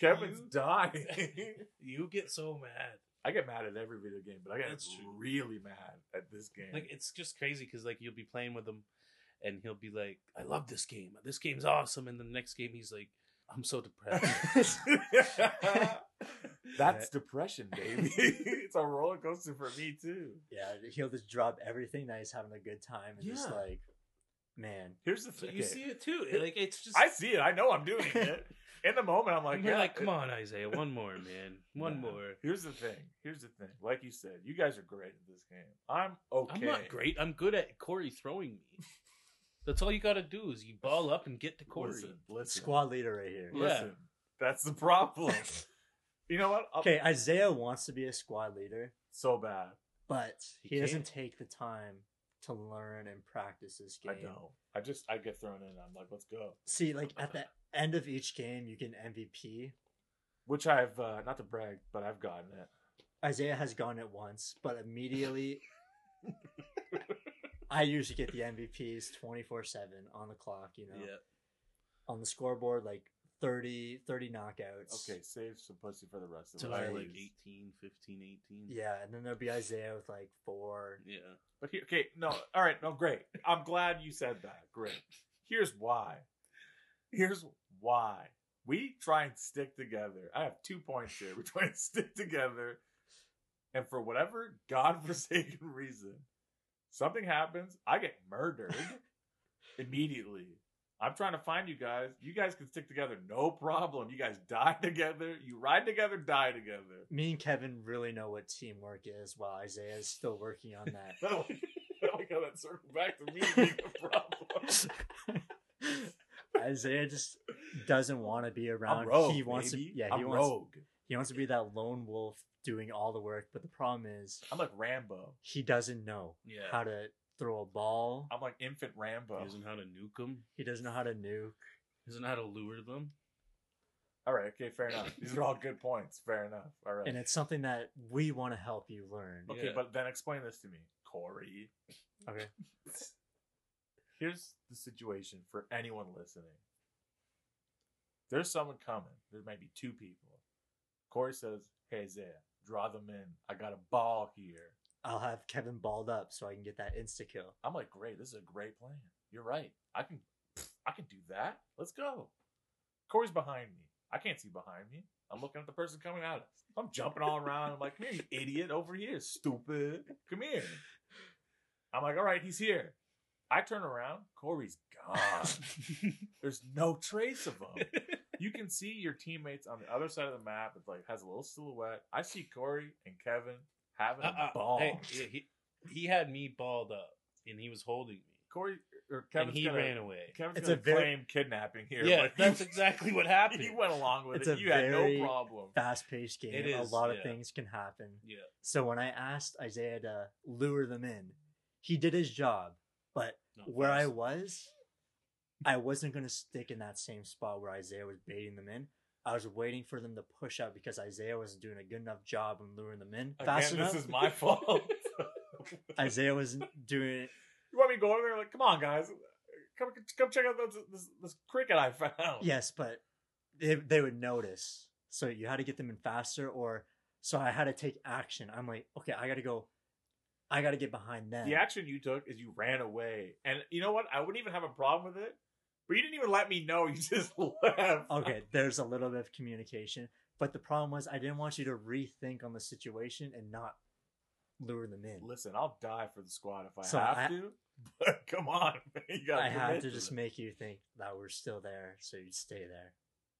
Kevin's You- dying. you get so mad. I get mad at every video game, but I get That's true. really mad at this game. Like it's just crazy because like you'll be playing with him, and he'll be like, "I love this game. This game's awesome." And the next game, he's like, "I'm so depressed." That's depression, baby. it's a roller coaster for me too. yeah, he'll just drop everything that he's having a good time and just Yeah. like, man, Here's the so thing. you see it too. Like it's just. I see it. I know I'm doing it. In the moment, I'm like, You're yeah, like, come it- on, Isaiah, one more, man, one Nah. more. Here's the thing. Here's the thing. Like you said, you guys are great at this game. I'm okay. I'm not great. I'm good at Corey throwing me. That's all you got to do is you ball up and get to Corey. Listen, listen. squad leader right here. Yeah. Listen. That's the problem. you know what? I'll- Okay, Isaiah wants to be a squad leader, So bad. but He he, doesn't can't. take the time to learn and practice this game. I don't. I just I get thrown in. I'm like, let's go. See, like at the end of each game, you get an MVP. Which I've uh, not to brag, but I've gotten it. Isaiah has gone it once, but immediately, I usually get the MVPs twenty four seven on the clock. You know, Yeah. on the scoreboard like 30, 30 knockouts. Okay, save some pussy for the rest of So the Right. like ladies. 18, 15, 18. Yeah, and then there'll be Isaiah with like four. Yeah. But here, okay, no, all right, no, great. I'm glad you said that. Great. Here's why. Here's why. We try and stick together. I have two points here. We try and stick together. And for whatever godforsaken reason, something happens. I get murdered immediately. I'm trying to find you guys. You guys can stick together, no problem. You guys die together. You ride together, die together. Me and Kevin really know what teamwork is, while Isaiah is still working on that. I like I like how that circled back to me being the problem. Isaiah just doesn't want to be around. I'm rogue, he wants baby. to, yeah, I'm he wants rogue. he wants to be that lone wolf doing all the work. But the problem is I'm like Rambo. he doesn't know Yeah. how to throw a ball. I'm like infant Rambo. He doesn't know how to nuke them. He doesn't know how to nuke. He doesn't know how to lure them. All right, okay, fair enough. These are all good points. Fair enough. All right. And it's something that we want to help you learn. okay, Yeah. but then explain this to me, Corey. Okay. Here's the situation for anyone listening. There's someone coming. There might be two people. Corey says, "Hey Isaiah, draw them in. I got a ball here." I'll have Kevin balled up so I can get that insta kill. I'm like, great, this is a great plan. You're right. I can I can do that. Let's go. Corey's behind me. I can't see behind me. I'm looking at the person coming at us. I'm jumping all around. I'm like, come here, you idiot, over here, stupid. Come here. I'm like, all right, he's here. I turn around, Corey's gone. There's no trace of him. You can see your teammates on the other side of the map. It like has a little silhouette. I see Corey and Kevin having Uh-uh. a ball. Hey, yeah, he, he had me balled up and he was holding me. Corey or Kevin's Kevin and he gonna- ran away. Kevin's It's gonna a very- claim kidnapping here. yeah, but he- that's exactly what happened. He went along with It's it. a You had no very- problem. Fast paced game. It is, a lot of yeah. things can happen. yeah. So when I asked Isaiah to lure them in, he did his job. But Not where I fast. was, I wasn't going to stick in that same spot where Isaiah was baiting them in. I was waiting for them to push out because Isaiah wasn't doing a good enough job in luring them in fast Again, enough. this is my fault. Isaiah wasn't doing it. you want me to go over there? Like, come on, guys, come come check out this this, this cricket I found. Yes, but they, they would notice. So you had to get them in faster, or so I had to take action. I'm like, okay, I gotta go, I gotta get behind them. The action you took is you ran away. And you know what? I wouldn't even have a problem with it. But you didn't even let me know. You just left. Okay, there's a little bit of communication, but the problem was I didn't want you to rethink on the situation and not lure them in. Listen, I'll die for the squad if I So have I- to. But come on, man. You gotta I had commit to just this. make you think that we're still there, so you'd stay there.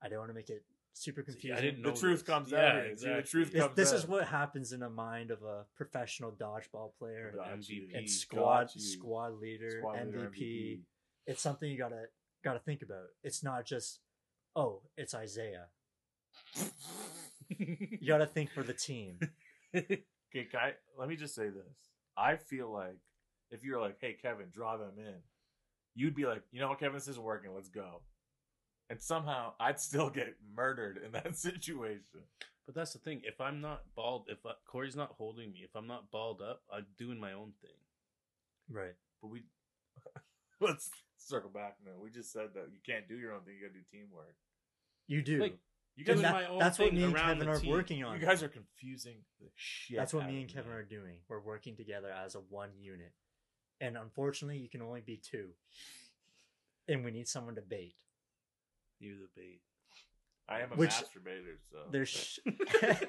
I didn't want to make it super See, confusing. I didn't The know truth this. comes Yeah, out. here. See, The exactly. truth It's- This, comes this out. is what happens in the mind of a professional dodgeball player Got you. MVP. and Got squad you. squad leader, Squad leader, MVP. It's something you gotta gotta think about. It's not just oh, it's Isaiah. You gotta think for the team. Okay, can I, let me just say this. I feel like if you're like, hey, Kevin, draw them in, you'd be like, you know what, Kevin, this isn't working. Let's go. And somehow I'd still get murdered in that situation. But that's the thing. If I'm not bald, if I, Corey's not holding me, if I'm not balled up, I'm doing my own thing. Right. But we, let's circle back now. We just said that you can't do your own thing. You got to do teamwork. You do. Like, You guys, And doing are, that- my own that's what thing me and around Kevin the are team. working on. you guys are confusing the shit. That's what out me and of Kevin are doing. We're working together as a one unit. And unfortunately, you can only be two. And we need someone to bait. You the bait. I am a Which- masturbator, so There's sh-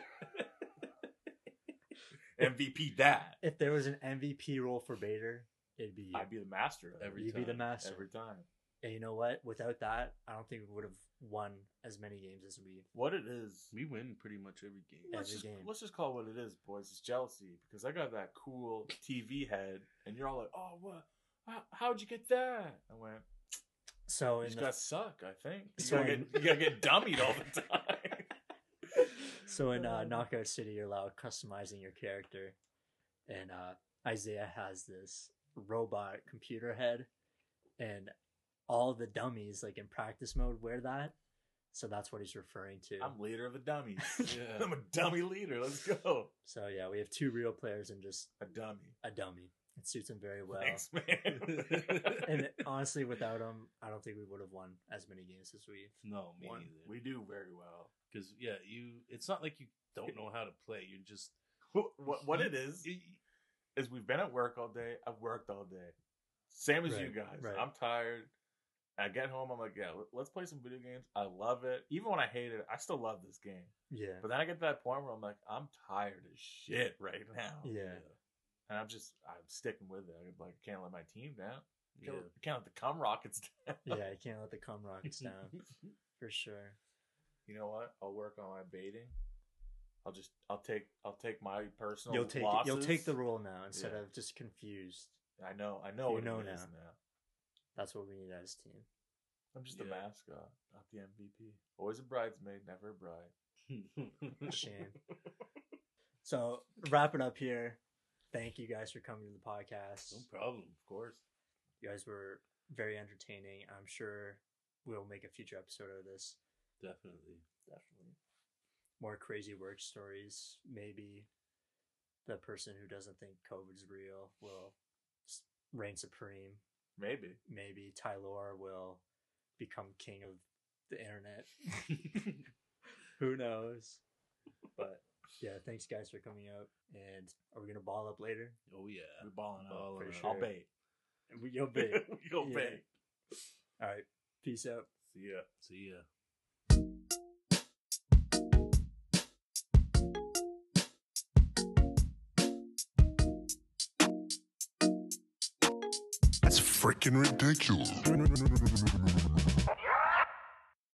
MVP that. if there was an MVP role for Bader, it'd be you. I'd be the master of it. Every You'd be the time. master. every time. and you know what? Without that, I don't think we would have won as many games as we. What it is, We win pretty much every game. let's every just, game. let's just call it what it is, boys. It's jealousy because I got that cool TV head, and you're all like, "Oh, what? How, how'd you get that?" I went, So "You in just the gotta suck." I think you, So gotta, get, in- you gotta get dummied all the time. Um, so in uh, Knockout City, you're allowed customizing your character, and uh, Isaiah has this robot computer head, and all the dummies like in practice mode wear that, so that's what he's referring to. I'm leader of the dummies. Yeah. I'm a dummy leader. Let's go. So yeah, we have two real players and just A dummy. a dummy. It suits him very well. Thanks, man. And honestly, without him, I don't think we would have won as many games as we. No, me One, neither. we do very well. Because yeah, you. It's not like you don't know how to play. You're just Wh- What, what it is you, is we've been at work all day. I've worked all day, same as you Right, guys. right. I'm tired. I get home. I'm like, yeah, let- let's play some video games. I love it. Even when I hate it, I still love this game. Yeah. But then I get to that point where I'm like, I'm tired as shit right now. Yeah. And I'm just, I'm sticking with it. I'm like, I can't let my team down. I yeah. can't, let, I can't let the cum rockets down. Yeah, you can't let the cum rockets down for sure. you know what? I'll work on my baiting. I'll just I'll take I'll take my personal you'll take it- losses. you'll take the role now instead Yeah. of just confused. I know I know You what know it is now. now. That's what we need as a team. I'm just a Yeah. mascot, not the MVP. Always a bridesmaid, never a bride. Shame. so wrapping up here. Thank you guys for coming to the podcast. no problem, of course. You guys were very entertaining. I'm sure we'll make a future episode of this. Definitely. Definitely. More crazy work stories. Maybe the person who doesn't think COVID's real will s- reign supreme. Maybe. Maybe Tyler will become king of the internet. Who knows? But yeah, thanks guys for coming out. And are we gonna ball up later? oh yeah. We're balling out. Balling Pretty out. sure. I'll Sure. bait. We go big. we go Yeah. bait. All right. Peace out. See ya. See ya. That's freaking ridiculous.